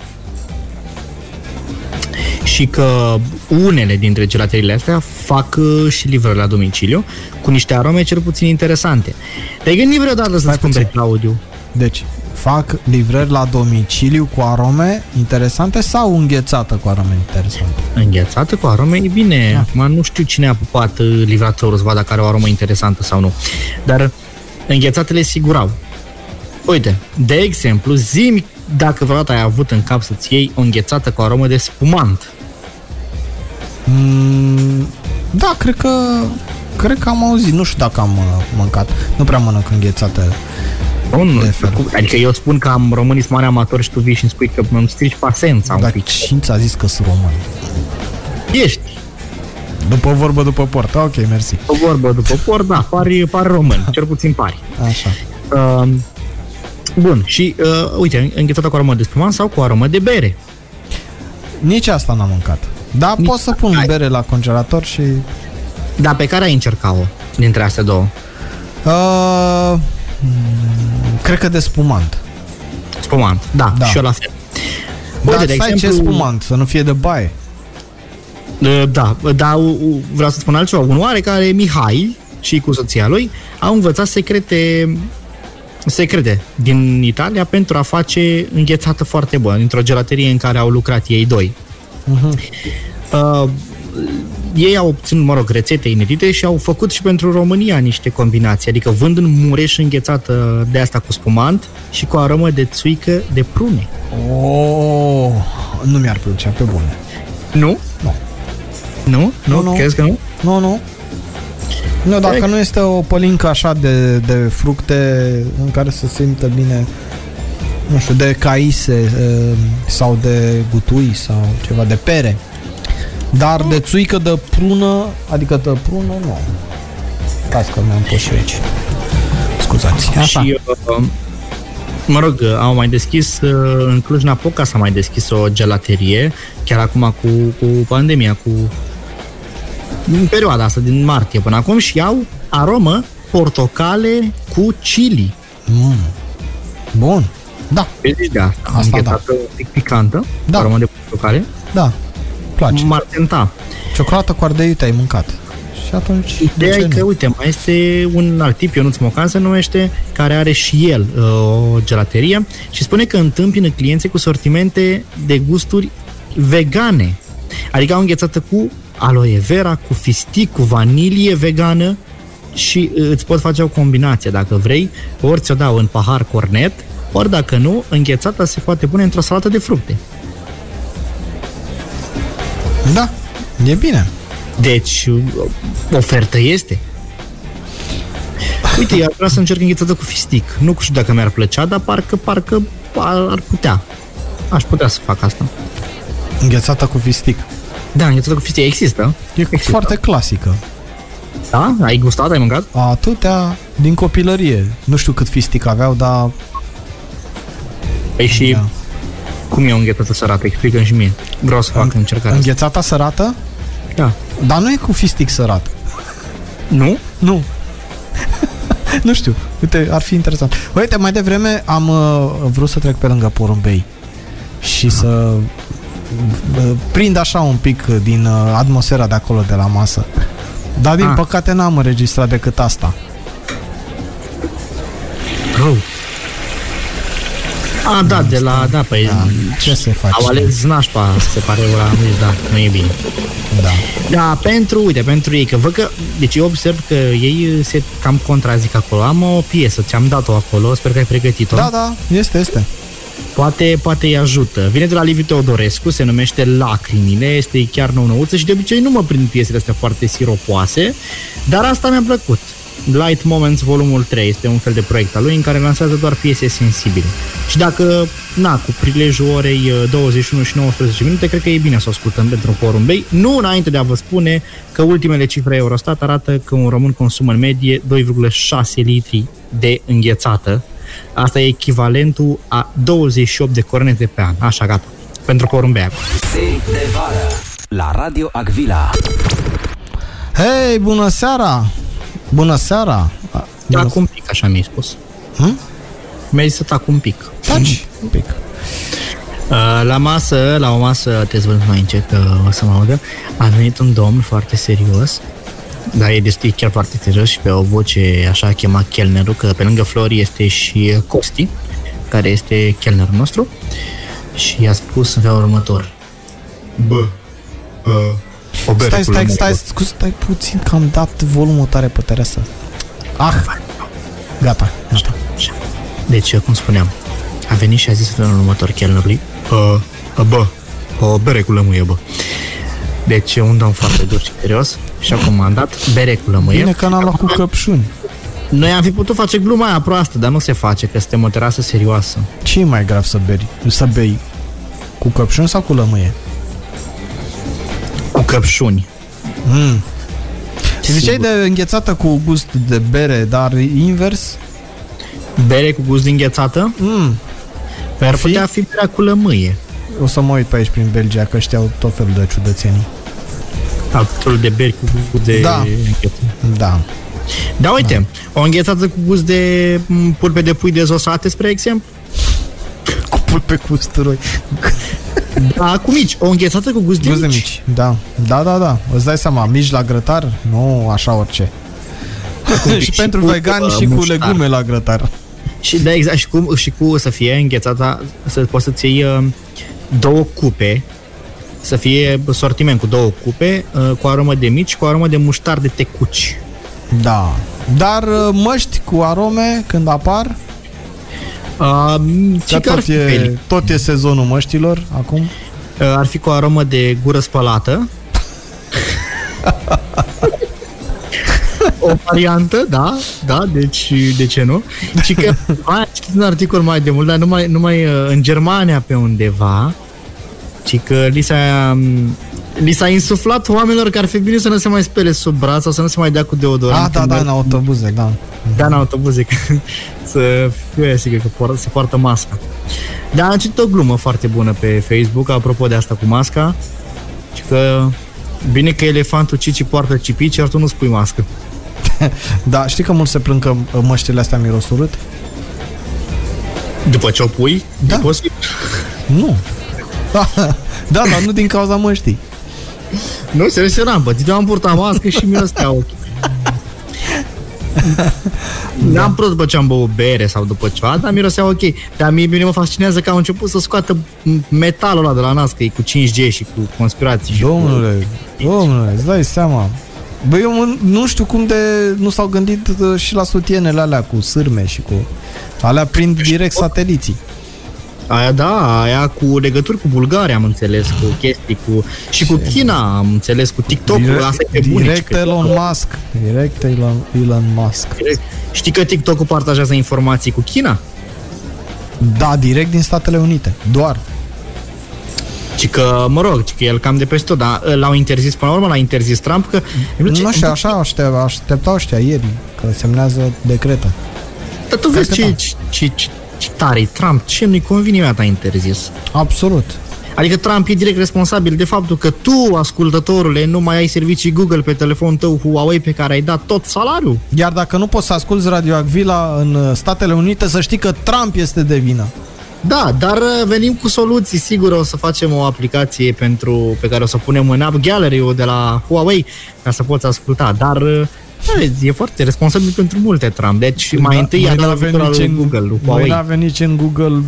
Și că unele dintre gelateriile astea fac uh, și livrări la domiciliu cu niște arome cel puțin interesante. Te-ai gândit vreodată să-ți
puțin.
cumperi, Claudiu?
Deci, fac livrări la domiciliu cu arome interesante sau înghețată cu arome interesante?
Înghețată cu arome, e bine.
Da.
Acum nu știu cine a pupat uh, livratorul să vadă care o aromă interesantă sau nu. Dar uh, înghețatele sigurau. Uite, de exemplu, zimi dacă vreodată ai avut în cap să-ți iei o înghețată cu aromă de spumant.
Mm, da, cred că... Cred că am auzit, nu știu dacă am uh, mâncat. Nu prea mănânc înghețată.
Bun,
De fel.
cum- adică eu spun că am românii sunt mari amatori și tu vii și îmi spui că îmi strici pasența un
Dar
pic.
cine ți-a zis că sunt român?
Ești
După vorbă, după port. Ok, mersi.
o vorbă după por, da, pari, pari român, cel puțin pari.
Așa.
Uh, bun, și uh, uite, înghețată cu aromă de spumant sau cu aromă de bere.
Nici asta n-am mâncat. Dar pot să pun bere la congelator și...
Dar pe care ai încercat-o dintre astea două?
Uh, mm, cred că de spumant.
Spumant, da,
Da.
da. și eu la fel.
Dar stai ce spumant, să nu fie de baie.
uh, Da, dar uh, uh, vreau să spun altceva. Un oarecare Mihai și cu soția lui au învățat secrete secrete din Italia pentru a face înghețată foarte bună, într-o gelaterie în care au lucrat ei doi. Mhm. Uh-huh. Uh, ei au obținut, mă rog, rețete inedite și au făcut și pentru România niște combinații, adică vând în mureș înghețată de asta cu spumant și cu aromă de țuică de prune.
Oh, nu mi-ar plăcea, pe bune.
Nu?
Nu.
Nu?
Nu,
Nu?
nu.
nu? Crezi că nu?
Nu, nu. Nu, dacă
Corect.
nu este o pălincă așa de, de fructe în care să simtă bine, nu știu, de caise eh, sau de gutui sau ceva, de pere. Dar de țuică de prună, adică de prună, nu. Stați că mi-am pus și eu aici. Scuzați. Așa.
Și, uh, mă rog, au mai deschis, uh, în Cluj-Napoca s-a mai deschis o gelaterie, chiar acum cu, cu pandemia, cu în perioada asta, din martie până acum, și au aromă portocale cu chili.
Mm. Bun. Da,
Deci, da,
Asta
asta da. un pic picantă,
Da.
da. aromă de portocale,
da. Place.
m-ar tenta.
Ciocolată cu ardei te-ai mâncat. Și atunci,
Ideea
de
e
ce
că,
nu?
uite, mai este un alt tip, Ionuț Mocan se numește, care are și el uh, o gelaterie și spune că întâmpină cliențe cu sortimente de gusturi vegane. Adică au înghețată cu aloe vera, cu fistic, cu vanilie vegană și uh, îți pot face o combinație dacă vrei, ori ți-o dau în pahar cornet, ori dacă nu, înghețata se poate pune într-o salată de fructe.
Da, e bine.
Deci, uh, ofertă este. Uite, eu aș vrea să încerc înghețată cu fistic. Nu știu dacă mi-ar plăcea, dar parcă, parcă ar, ar putea. Aș putea să fac asta.
Înghețată cu fistic.
Da, înghețată cu fistic există.
E Există. foarte clasică.
Da? Ai gustat, ai mâncat?
Atâtea din copilărie. Nu știu cât fistic aveau, dar
Păi și
Da.
da. cum e o înghețată sărată? Explică-mi și mie. Vreau să fac încercarea asta.
înghețata sărată?
Da.
Dar nu e cu fistic sărat.
Nu?
Nu. nu știu. Uite, ar fi interesant. Uite, mai devreme am uh, vrut să trec pe lângă porumbei
Ah.
și să uh, prind așa un pic uh, din uh, atmosfera de acolo, de la masă. Dar din
Ah.
păcate n-am înregistrat decât asta.
Rău. A, da, de la, da, păi, da.
Ce să faci?
Au ales nașpa, se pare, la mici, da, nu e bine.
Da.
Da, pentru, uite, pentru ei, că văd că, deci eu observ că ei se cam contrazic acolo. Am o piesă, ți-am dat-o acolo, sper că ai pregătit-o.
Da, da, este, este.
Poate, poate îi ajută. Vine de la Liviu Teodorescu, se numește Lacrimile, este chiar nou-nouță și de obicei nu mă prind piesele astea foarte siropoase, dar asta mi-a plăcut. Light Moments volumul 3 este un fel de proiect al lui în care lansează doar piese sensibile. Și dacă, na, cu prilejul orei eh, 21 și 19 minute, cred că e bine să o ascultăm pentru porumbei. Nu înainte de a vă spune că ultimele cifre Eurostat arată că un român consumă în medie 2,6 litri de înghețată Asta e echivalentul a 28 de cornete pe an. Așa, gata. Pentru porumbea.
Se de vară la Radio Agvila.
Hei, bună seara! Bună seara! A, bună
Tac un pic, așa mi-ai spus.
Hmm?
Mi-ai zis să tac un pic. Mm.
Taci un pic.
Uh, La masă, la o masă, trebuie să vorbesc mai încet, uh, o să mă audă, a venit un domn foarte serios, dar e destul, e chiar foarte serios și pe o voce așa a chemat chelnerul, că pe lângă Flori este și uh, Costi, care este chelnerul nostru, și i-a spus în felul următor. Bă, uh, o bere
Stai,
cu
stai,
lămură.
stai, stai, stai puțin că am dat volumul tare pe teresă. Ah, gata, gata.
Așa. Deci, cum spuneam, a venit și a zis în felul următor chelnerului. Uh, uh, bă, o bere cu lămâie, bă. Deci un domn foarte dur și serios și a comandat bere cu lămâie.
Bine că n-am luat cu căpșuni.
Noi am fi putut face gluma aia proastă, dar nu se face, că suntem o terasă serioasă.
ce e mai grav să beri? Să bei cu căpșuni sau cu lămâie?
Cu căpșuni.
Și ziceai de înghețată cu gust de bere, dar invers?
Bere cu gust de înghețată?
Mm,
Ar
fi?
putea fi berea cu lămâie.
o să mă uit pe aici prin Belgia, că știau tot felul de ciudățenii.
Altul de beri cu gust de
Da.
înghețată.
Da.
Da, uite, o înghețată cu gust de m, pulpe de pui dezosate, spre exemplu.
Cu pulpe cu usturoi.
Da, cu mici. O înghețată cu gust de,
Gust de
mici.
mici. Da. Da, da, da. Îți dai seama, mici la grătar? Nu, așa orice. și
și
pentru
cu,
vegani
uh,
și cu
muștar.
legume la grătar.
Și da, exact, și cu, și cu să fie înghețata, să poți să-ți iei uh, două cupe, să fie sortiment cu două cupe, uh, cu aromă de mici, cu aromă de muștar de tecuci.
Da. Dar uh, măști cu arome când apar, Ah,
Uh,
că
ci că ar
tot
fi, e...
e, tot e sezonul măștilor acum.
ar fi cu aromă de gură spălată. o variantă, da, da, deci de ce nu? Și că mai am citit un articol mai de mult, dar numai, numai uh, în Germania pe undeva, ci că li s-a, um, li s-a insuflat oamenilor că ar fi bine să nu se mai spele sub braț sau să nu se mai dea cu deodorant.
Ah, da,
când
da,
merg-
în autobuze, da.
da, în autobuze că- să fie sigur că poartă- se poartă masca. Dar am citit o glumă foarte bună pe Facebook apropo de asta cu masca și că bine că elefantul Cici poartă cipici, iar tu nu spui mască.
Da, știi că mulți se plâng că uh, măștile astea miros urât?
După ce o pui,
Da.
e posibil.
Nu. Da, da, dar nu din cauza măștii.
Nu, serios, eram bă, eu am purtat mască și mi-a ochii. N-am prost după ce am băut bere sau după ceva, dar mirosea ok. Dar mie bine mă fascinează că au început să scoată m- metalul ăla de la nas, că e cu 5G și cu conspirații. și cu-
Domnule, domnule, îți dai seama. Bă, eu mă- nu știu cum de nu s-au gândit uh, și la sutienele alea cu sârme și cu... Alea
Deci,
prind direct sateliții.
Aia da, aia cu legături cu Bulgaria am înțeles, cu chestii cu... Și cu China am înțeles, cu TikTok-ul, asta e pe bunici,
direct
că-
Elon Musk. Direct Elon, Elon Musk.
Direct. Știi că TikTok-ul partajează informații cu China?
Da, direct din Statele Unite. Doar.
Și că, mă rog, ci că el cam de peste tot, dar ă, l-au interzis până la urmă, l-a interzis Trump, că... Îmi place-
Nu știu, așa aște- așteptau ăștia ieri, că semnează decretul.
Dar tu vezi
cred că da.
ce, ce, ce, ce, ce tare e Trump, ce nu-i convine mea ta interzis.
Absolut.
Adică Trump e direct responsabil de faptul că tu, ascultătorule, nu mai ai servicii Google pe telefonul tău Huawei pe care ai dat tot salariul.
Iar dacă nu poți să asculti Radio Agvila în uh, Statele Unite, să știi că Trump este de vină.
Da, dar uh, venim cu soluții. Sigur o să facem o aplicație pentru, pe care o să o punem în App Gallery-ul de la Huawei ca să poți asculta, dar uh, vezi, e foarte responsabil
Da,
pentru multe Trump. Deci mai întâi i-a dat
n-a
la
venit
lui Google, lui
Mai n-a
Huawei.
venit nici în Google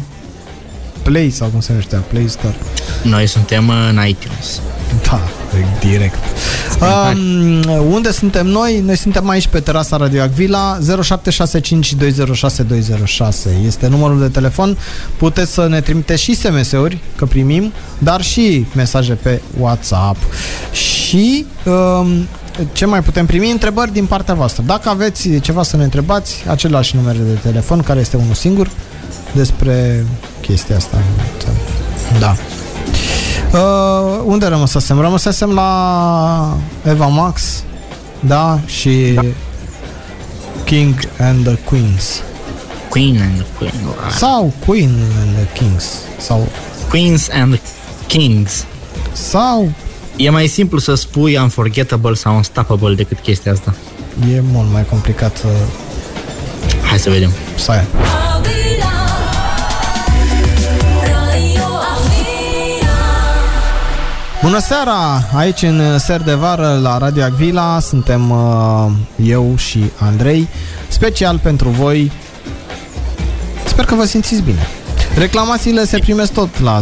Play sau cum se numește, Play Store.
Noi suntem uh, în iTunes.
Da, direct. Um, unde suntem noi? Noi suntem aici pe terasa Radio Agvila 0765206206 Este numărul de telefon. Puteți să ne trimiteți și SMS-uri, că primim, dar și mesaje pe WhatsApp. Și um, ce mai putem primi? Întrebări din partea voastră. Dacă aveți ceva să ne întrebați, același numere de telefon, care este unul singur, despre chestia asta. Da. Uh, unde rămăsesem? Rămăsesem la Eva Max, da, și da. King and the Queens.
Queen and Queen.
Sau Queen and the Kings. Sau,
Queens and Kings.
sau
E mai simplu să spui unforgettable sau unstoppable decât chestia asta.
e mult mai complicat uh,
Hai să vedem.
să ai.
Avila Radio Avila
Bună seara! Aici în Ser de Vară la Radio Agvila suntem uh, eu și Andrei, special pentru voi. Sper că vă simțiți bine. Reclamațiile se primesc tot la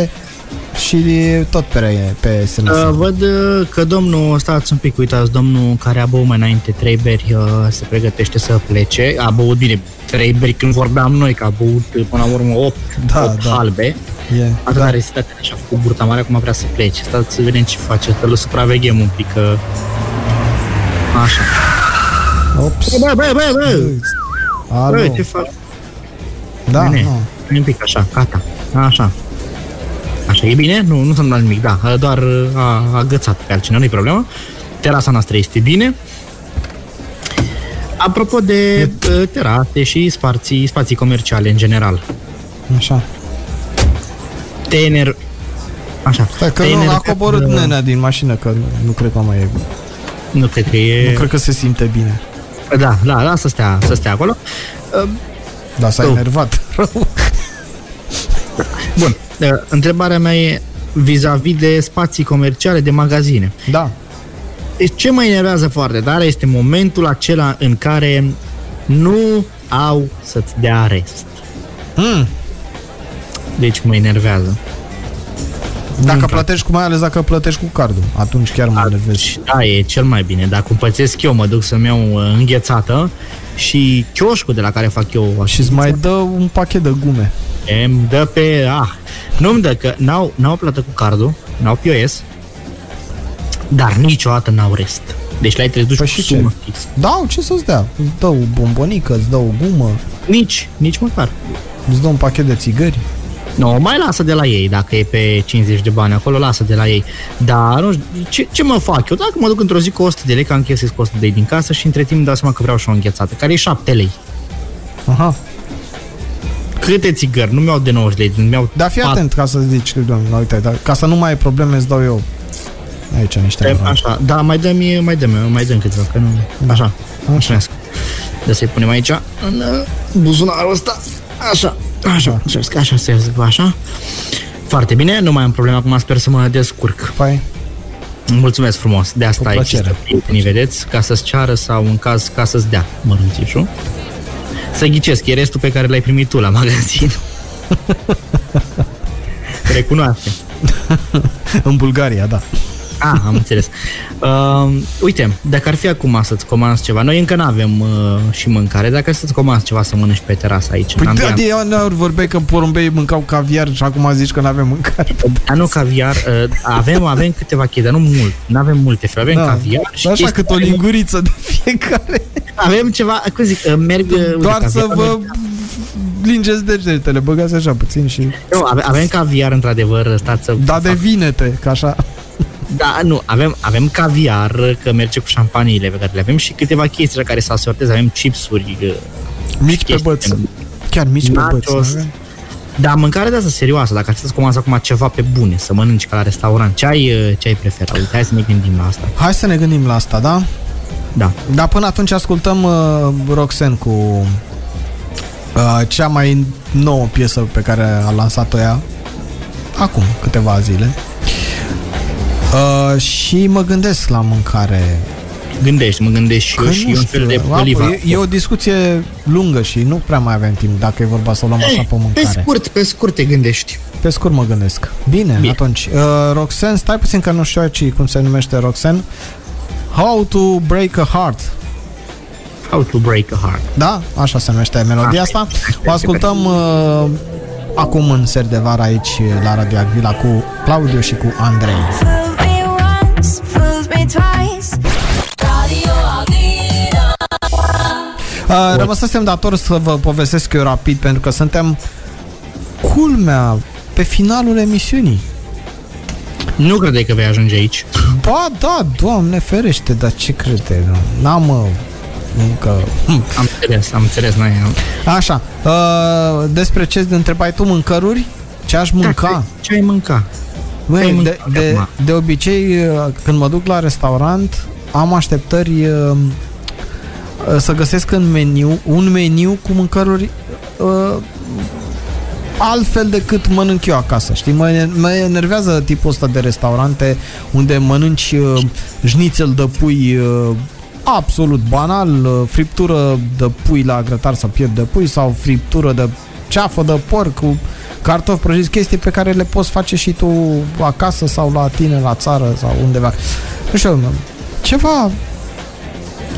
0765206206 și tot pe, pe SMS.
Uh, văd uh, că domnul, stați un pic, uitați, domnul care a băut mai înainte trei beri uh, se pregătește să plece. A băut bine trei beri când vorbeam noi, că a băut uh, până la urmă 8,
Da,
da, 8
da.
da. halbe.
E,
Atât da.
da.
are stat și-a făcut burta mare, acum vrea să plece. Stați să vedem ce face, să-l supraveghem un pic. Că... Așa.
Ops.
Bă, bă, bă, bă!
Alo.
Bă, ce faci?
Da,
bine.
nu.
Un pic așa, gata. Așa. Așa, e bine? Nu, nu s-a dat nimic, da. Doar a agățat pe altcineva, nu-i problemă. Terasa noastră este bine. Apropo de uh, terase și spații, spații comerciale în general.
Așa.
Tener... Așa.
Stai că
te-ai
nu, a
enervat,
coborât
uh,
nenea din mașină, că nu cred că mai e.
Nu cred că
Nu
e...
cred că se simte bine.
Da, da, da, să stea, să stea acolo. Uh,
Dar Da, s-a
Tu.
enervat rău.
Bun, uh, întrebarea mea e vis-a-vis de spații comerciale, de magazine.
Da.
Deci ce mă enervează foarte tare este momentul acela în care nu au să-ți dea rest.
Mm.
Deci mă enervează.
Dacă plătești cu mai ales dacă plătești cu cardul, atunci chiar mă enervezi.
Și da, e cel mai bine. Dacă îmi pățesc eu, mă duc să-mi iau uh, înghețată și chioșcul de la care fac eu
Și îți mai dă un pachet de gume.
îmi dă pe... Ah, nu-mi dă, că n-au, n-au plată cu cardul, n-au POS, dar niciodată n-au rest. Deci la ei trebuie să
Păi
duci
și
cu
ce?
sumă fixă.
Da, ce să-ți dea? Îți dă o bombonică, îți dă o gumă,
Nici, nici măcar.
îți dă un pachet de țigări.
Nu, mai lasă de la ei, dacă e pe 50 de bani acolo, lasă de la ei. Dar nu știu, ce, ce mă fac eu? Dacă mă duc într-o zi cu 100 de lei, că am chestii cu 100 de lei din casă și între timp îmi dau seama că vreau și o înghețată, care e 7 lei.
Aha.
Câte țigări? Nu mi-au de 90 de lei, nu mi-au
Dar fii
pat-
atent ca să zici, doamne, uite, dar, ca să nu mai ai probleme, îți dau eu aici niște
Tem-
bani.
Așa, da, mai dăm, mai dăm, mai dăm câteva, că nu...
Da.
Așa, mulțumesc. Da, să-i punem aici, în uh, buzunarul ăsta. Așa, așa, mulțumesc, așa, să zic, așa. Foarte bine, nu mai am probleme acum, sper să mă descurc.
Păi,
Mulțumesc frumos, de asta
Cu
există
plăcere.
prietenii, vedeți, ca să-ți ceară sau în caz ca să-ți dea mărunțișul. Să ghicesc, e restul pe care l-ai primit tu la magazin. Recunoaște.
în Bulgaria, da.
Ah, am înțeles. Uh, uite, dacă ar fi acum să-ți comanzi ceva, noi încă nu avem uh, și mâncare, dacă ar să-ți comanzi ceva să mănânci pe terasă aici,
Păi
în
da,
ambianță.
de ori vorbeai că porumbei mâncau caviar și acum zici că n-avem mâncare.
Dar nu caviar, uh, avem, avem câteva chestii, dar nu mult, nu avem multe feluri, avem da. caviar și
Păi Așa,
chestii
cât o
care-
linguriță de fiecare.
Avem ceva, cum zic, uh, merg... uh, uite,
Doar să
caviar,
vă lingeți degetele, băgați așa puțin și...
Nu, ave- avem caviar, într-adevăr, stați să...
Da, de vinete, că așa...
da, nu, avem, avem caviar, că merge cu șampaniile pe care le avem și câteva chestii la care să asortez, avem chipsuri, uh,
Mici pe
Chestii
băț.
gen
Chiar mici pe băț.
nachos.
n-avem?
Dar mâncare de asta serioasă, dacă ar fi să comanzi acum ceva pe bune, să mănânci ca la restaurant, ce ai, uh, ce ai prefera? Uite, hai să ne gândim la asta.
Hai să ne gândim la asta, da?
Da.
Dar până atunci ascultăm uh, Roxen cu uh, cea mai nouă piesă pe care a lansat-o ea acum câteva zile. Uh, și mă gândesc la mâncare.
gândești, mă gândesc și eu
Că
și
nu
e un
știu,
fel de
apă,
poliva.
e, e o discuție lungă și nu prea mai avem timp dacă e vorba să o luăm așa pe
Pe
mâncare.
scurt, pe scurt te gândești.
Pe scurt mă gândesc. Bine, Bine.
Bine.
atunci. Uh, Roxanne, stai puțin că nu știu aici cum se numește Roxanne. How to break a heart.
How to break a heart.
Da? Așa se numește melodia
Ah,
asta.
perfect,
O ascultăm uh, acum în ser de vară aici uh, la Radio Agvila cu Claudiu și cu Andrei. Uh,
Fooled me once, fooled me twice.
Radio Agvila
Uh, rămăsesem dator să vă povestesc eu rapid pentru că suntem culmea pe finalul emisiunii.
Nu credeai că vei ajunge aici.
Ba da, doamne ferește, dar ce crede? nu? N-am mă, încă... Hm.
Am înțeles, am înțeles. N-ai, am...
Așa, uh, despre ce întrebai tu mâncăruri? Ce aș mânca?
Ce ai mânca? ai
Băi, de,
mâncat
de,
Da, acum?
de obicei, uh, când mă duc la restaurant, am așteptări uh, uh, să găsesc în meniu un meniu cu mâncăruri uh, altfel decât mănânc eu acasă, știi? Mă, mă enervează tipul ăsta de restaurante unde mănânci uh, șnițel de pui uh, absolut banal, uh, friptură de pui la grătar sau piept de pui sau friptură de ceafă de porc cu cartofi prăjiți, chestii pe care le poți face și tu acasă sau la tine, la țară sau undeva. Nu știu, mă, ceva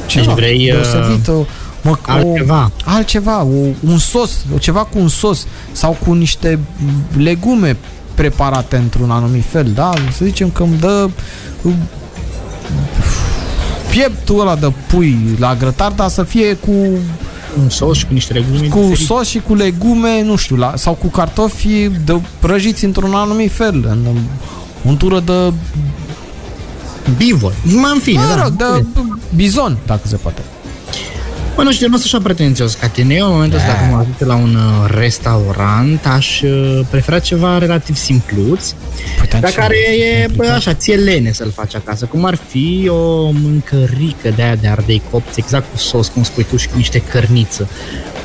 ceva
Deci vrei, uh,
deosebit, o- mă, o-
altceva.
altceva, o, un sos, o ceva cu un sos sau cu niște legume preparate într-un anumit fel, da? Să zicem că îmi dă uh, pieptul ăla de pui la grătar, dar să fie cu,
Un sos și cu niște legume.
cu
diferite.
sos și cu legume, nu știu, la, sau cu cartofi de prăjiți într-un anumit fel, în untură de,
Bivol. Mă, în fine,
mă
da.
rog, de bizon, dacă se poate.
Bă, nu știu, eu nu sunt așa pretențios ca tine. Eu, în momentul
Da.
ăsta, acum ajunge la un uh, restaurant, aș uh, prefera ceva relativ simpluț,
Puteam
dar
și-
care e, bă, așa, ție lene să-l faci acasă. Cum ar fi o mâncărică de aia de ardei copți, exact cu sos, cum spui tu, și cu niște cărniță.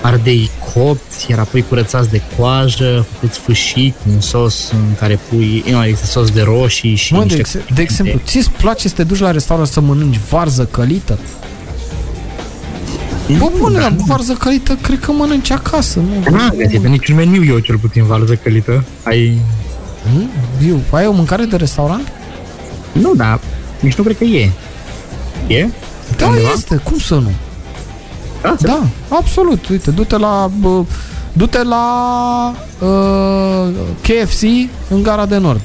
Ardei copți, iar apoi curățați de coajă, făcuți fâșii cu un sos în care pui, nu, există sos de roșii și
Mă, de,
niște
ex- de exemplu, ți-ți place să te duci la restaurant să mănânci varză călită? Bă, bune, dar varză călită cred că mănânci acasă, nu?
N-am găsit în niciun meniu eu cel puțin varză călită. Ai
Mm? Eu, ai o mâncare de restaurant?
Nu, dar nici nu cred că e. E?
Da,
Undeva?
este, cum să nu?
Da, da.
Da, absolut, uite, du-te la... bă, Du-te la uh, KFC în Gara de Nord.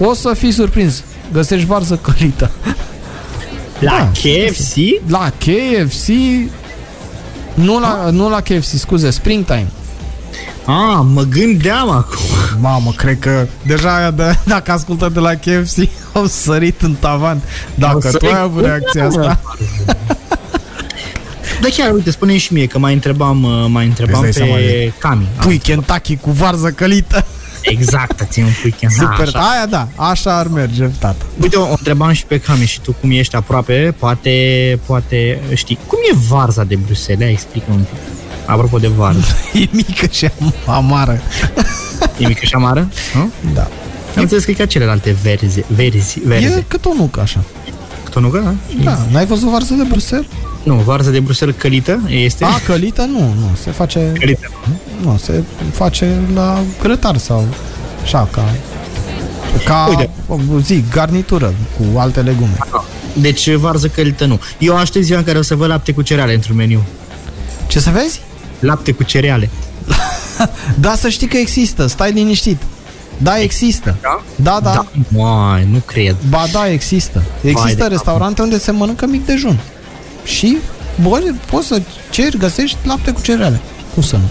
O să fii surprins. Găsești varză călită.
La
Da,
KFC?
La KFC... Nu la, nu la KFC, scuze, Springtime.
A, Ah, mă gândeam acum.
Mamă, cred că deja de, dacă ascultă de la KFC au sărit în tavan. Dacă tu ai avut reacția asta.
Da, chiar, uite, spune și mie că mai întrebam, uh, mai întrebam
Îți dai seama
pe
de-
Cami.
Pui Kentucky cu varză călită.
Exact, țin un weekend.
Super,
Așa.
aia da, așa ar merge, tata.
Uite, o o întrebam și pe Cami și tu cum ești aproape, poate, poate știi. Cum e varza de Bruxelles? Explică un pic. Apropo de varză.
E mică și amară.
E mică și amară? Nu?
Da.
Am înțeles că e ca celelalte verzi, verzi,
E
verzi.
cât o nucă așa.
Tu nu, da?
Da, n-ai văzut varză de Bruxelles?
Nu, varza de Bruxelles călită este?
A, călită? Nu, nu, se face,
Călită.
nu, se face la grătar sau așa, ca, ca
Uite.
zic, garnitură cu alte legume.
Deci varză călită nu. Eu aștept ziua în care o să vă lapte cu cereale într-un meniu.
Ce să vezi?
Lapte cu cereale.
Da, să știi că există, stai liniștit. Da, există.
Da?
Da, da. da.
Mai, nu cred.
Ba da, există.
Vai de
Există
capul.
restaurante unde se mănâncă mic dejun. Și bă, poți să ceri, găsești lapte cu cereale. Cum să nu?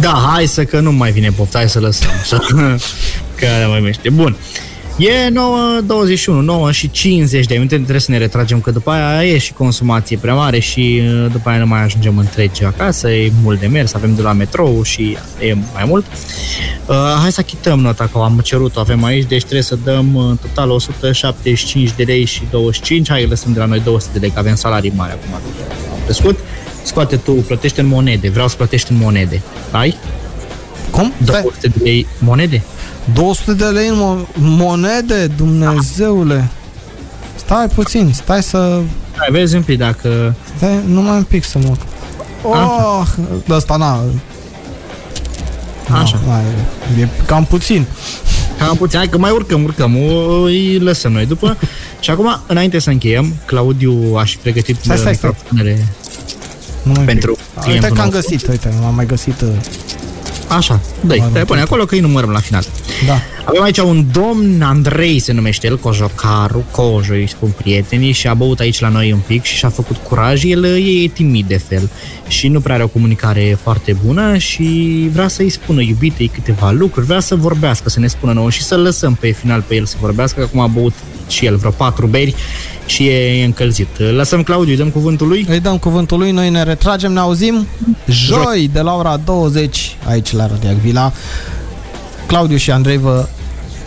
Da, hai să că nu mai vine pofta, hai să lăsăm. Să... că ne mai mește. Bun. E 9.21, 9 și 50 de minute, trebuie să ne retragem, că după aia e și consumație prea mare și uh, după aia nu mai ajungem întregi acasă, e mult de mers, avem de la metrou și e mai mult. Uh, hai să achităm nota, că am cerut-o, avem aici, deci trebuie să dăm uh, în total 175 de lei și 25, hai lăsăm de la noi 200 de lei, că avem salarii mari acum, am crescut. Scoate tu, plătește în monede, vreau să plătești în monede. Ai?
Cum? Stai.
200 de lei monede?
200 de lei în mo- monede, Dumnezeule. Stai puțin, stai să...
Hai, vezi un pic dacă...
Stai numai un pic să mă... Oh, de asta na...
Așa.
Na, e cam puțin.
Cam puțin, hai că mai urcăm, urcăm, o, îi lăsăm noi după. și acum, înainte să încheiem, Claudiu a și pregătit
Stai, stai, stai.
microfoanele.
Numai un pic.
Pentru
Ah, Uite
clientul
că am
nostru.
găsit, uite, am mai găsit... uh,
Așa, dă
Mai
te
mult.
pune acolo că îi numărăm la final.
Da.
Avem aici un domn, Andrei se numește el, Cojocaru, Cojo îi spun prietenii și a băut aici la noi un pic și și-a făcut curaj, el e timid de fel și nu prea are o comunicare foarte bună și vrea să-i spună iubitei câteva lucruri, vrea să vorbească, să ne spună nouă și să lăsăm pe final pe el să vorbească, că acum a băut și el vreo patru beri și e încălzit. Lăsăm Claudiu, îi dăm cuvântul lui?
Îi dăm cuvântul lui, noi ne retragem, ne auzim joi de la ora 20 aici la Radio Vila. Claudiu și Andrei vă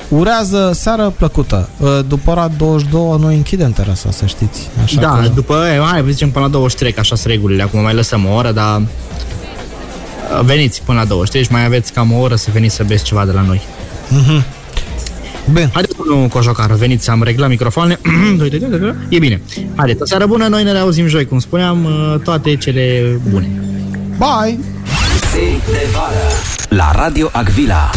urează seară plăcută. Uh, După ora 22 noi închidem terasa, să știți. Așa
da,
că...
după, hai, vă zicem până la 23, că așa sunt regulile. Acum mai lăsăm o oră, dar uh, veniți până la 23 mai aveți cam o oră să veniți să beți ceva de la noi.
Bine.
Haideți, domnul Cojocar, veniți, am reglat microfoanele. Doi, doi, doi, doi, doi. e bine. Haideți, o seară bună, noi ne reauzim joi, cum spuneam, uh, toate cele bune.
Bye!
de vară la Radio Agvila.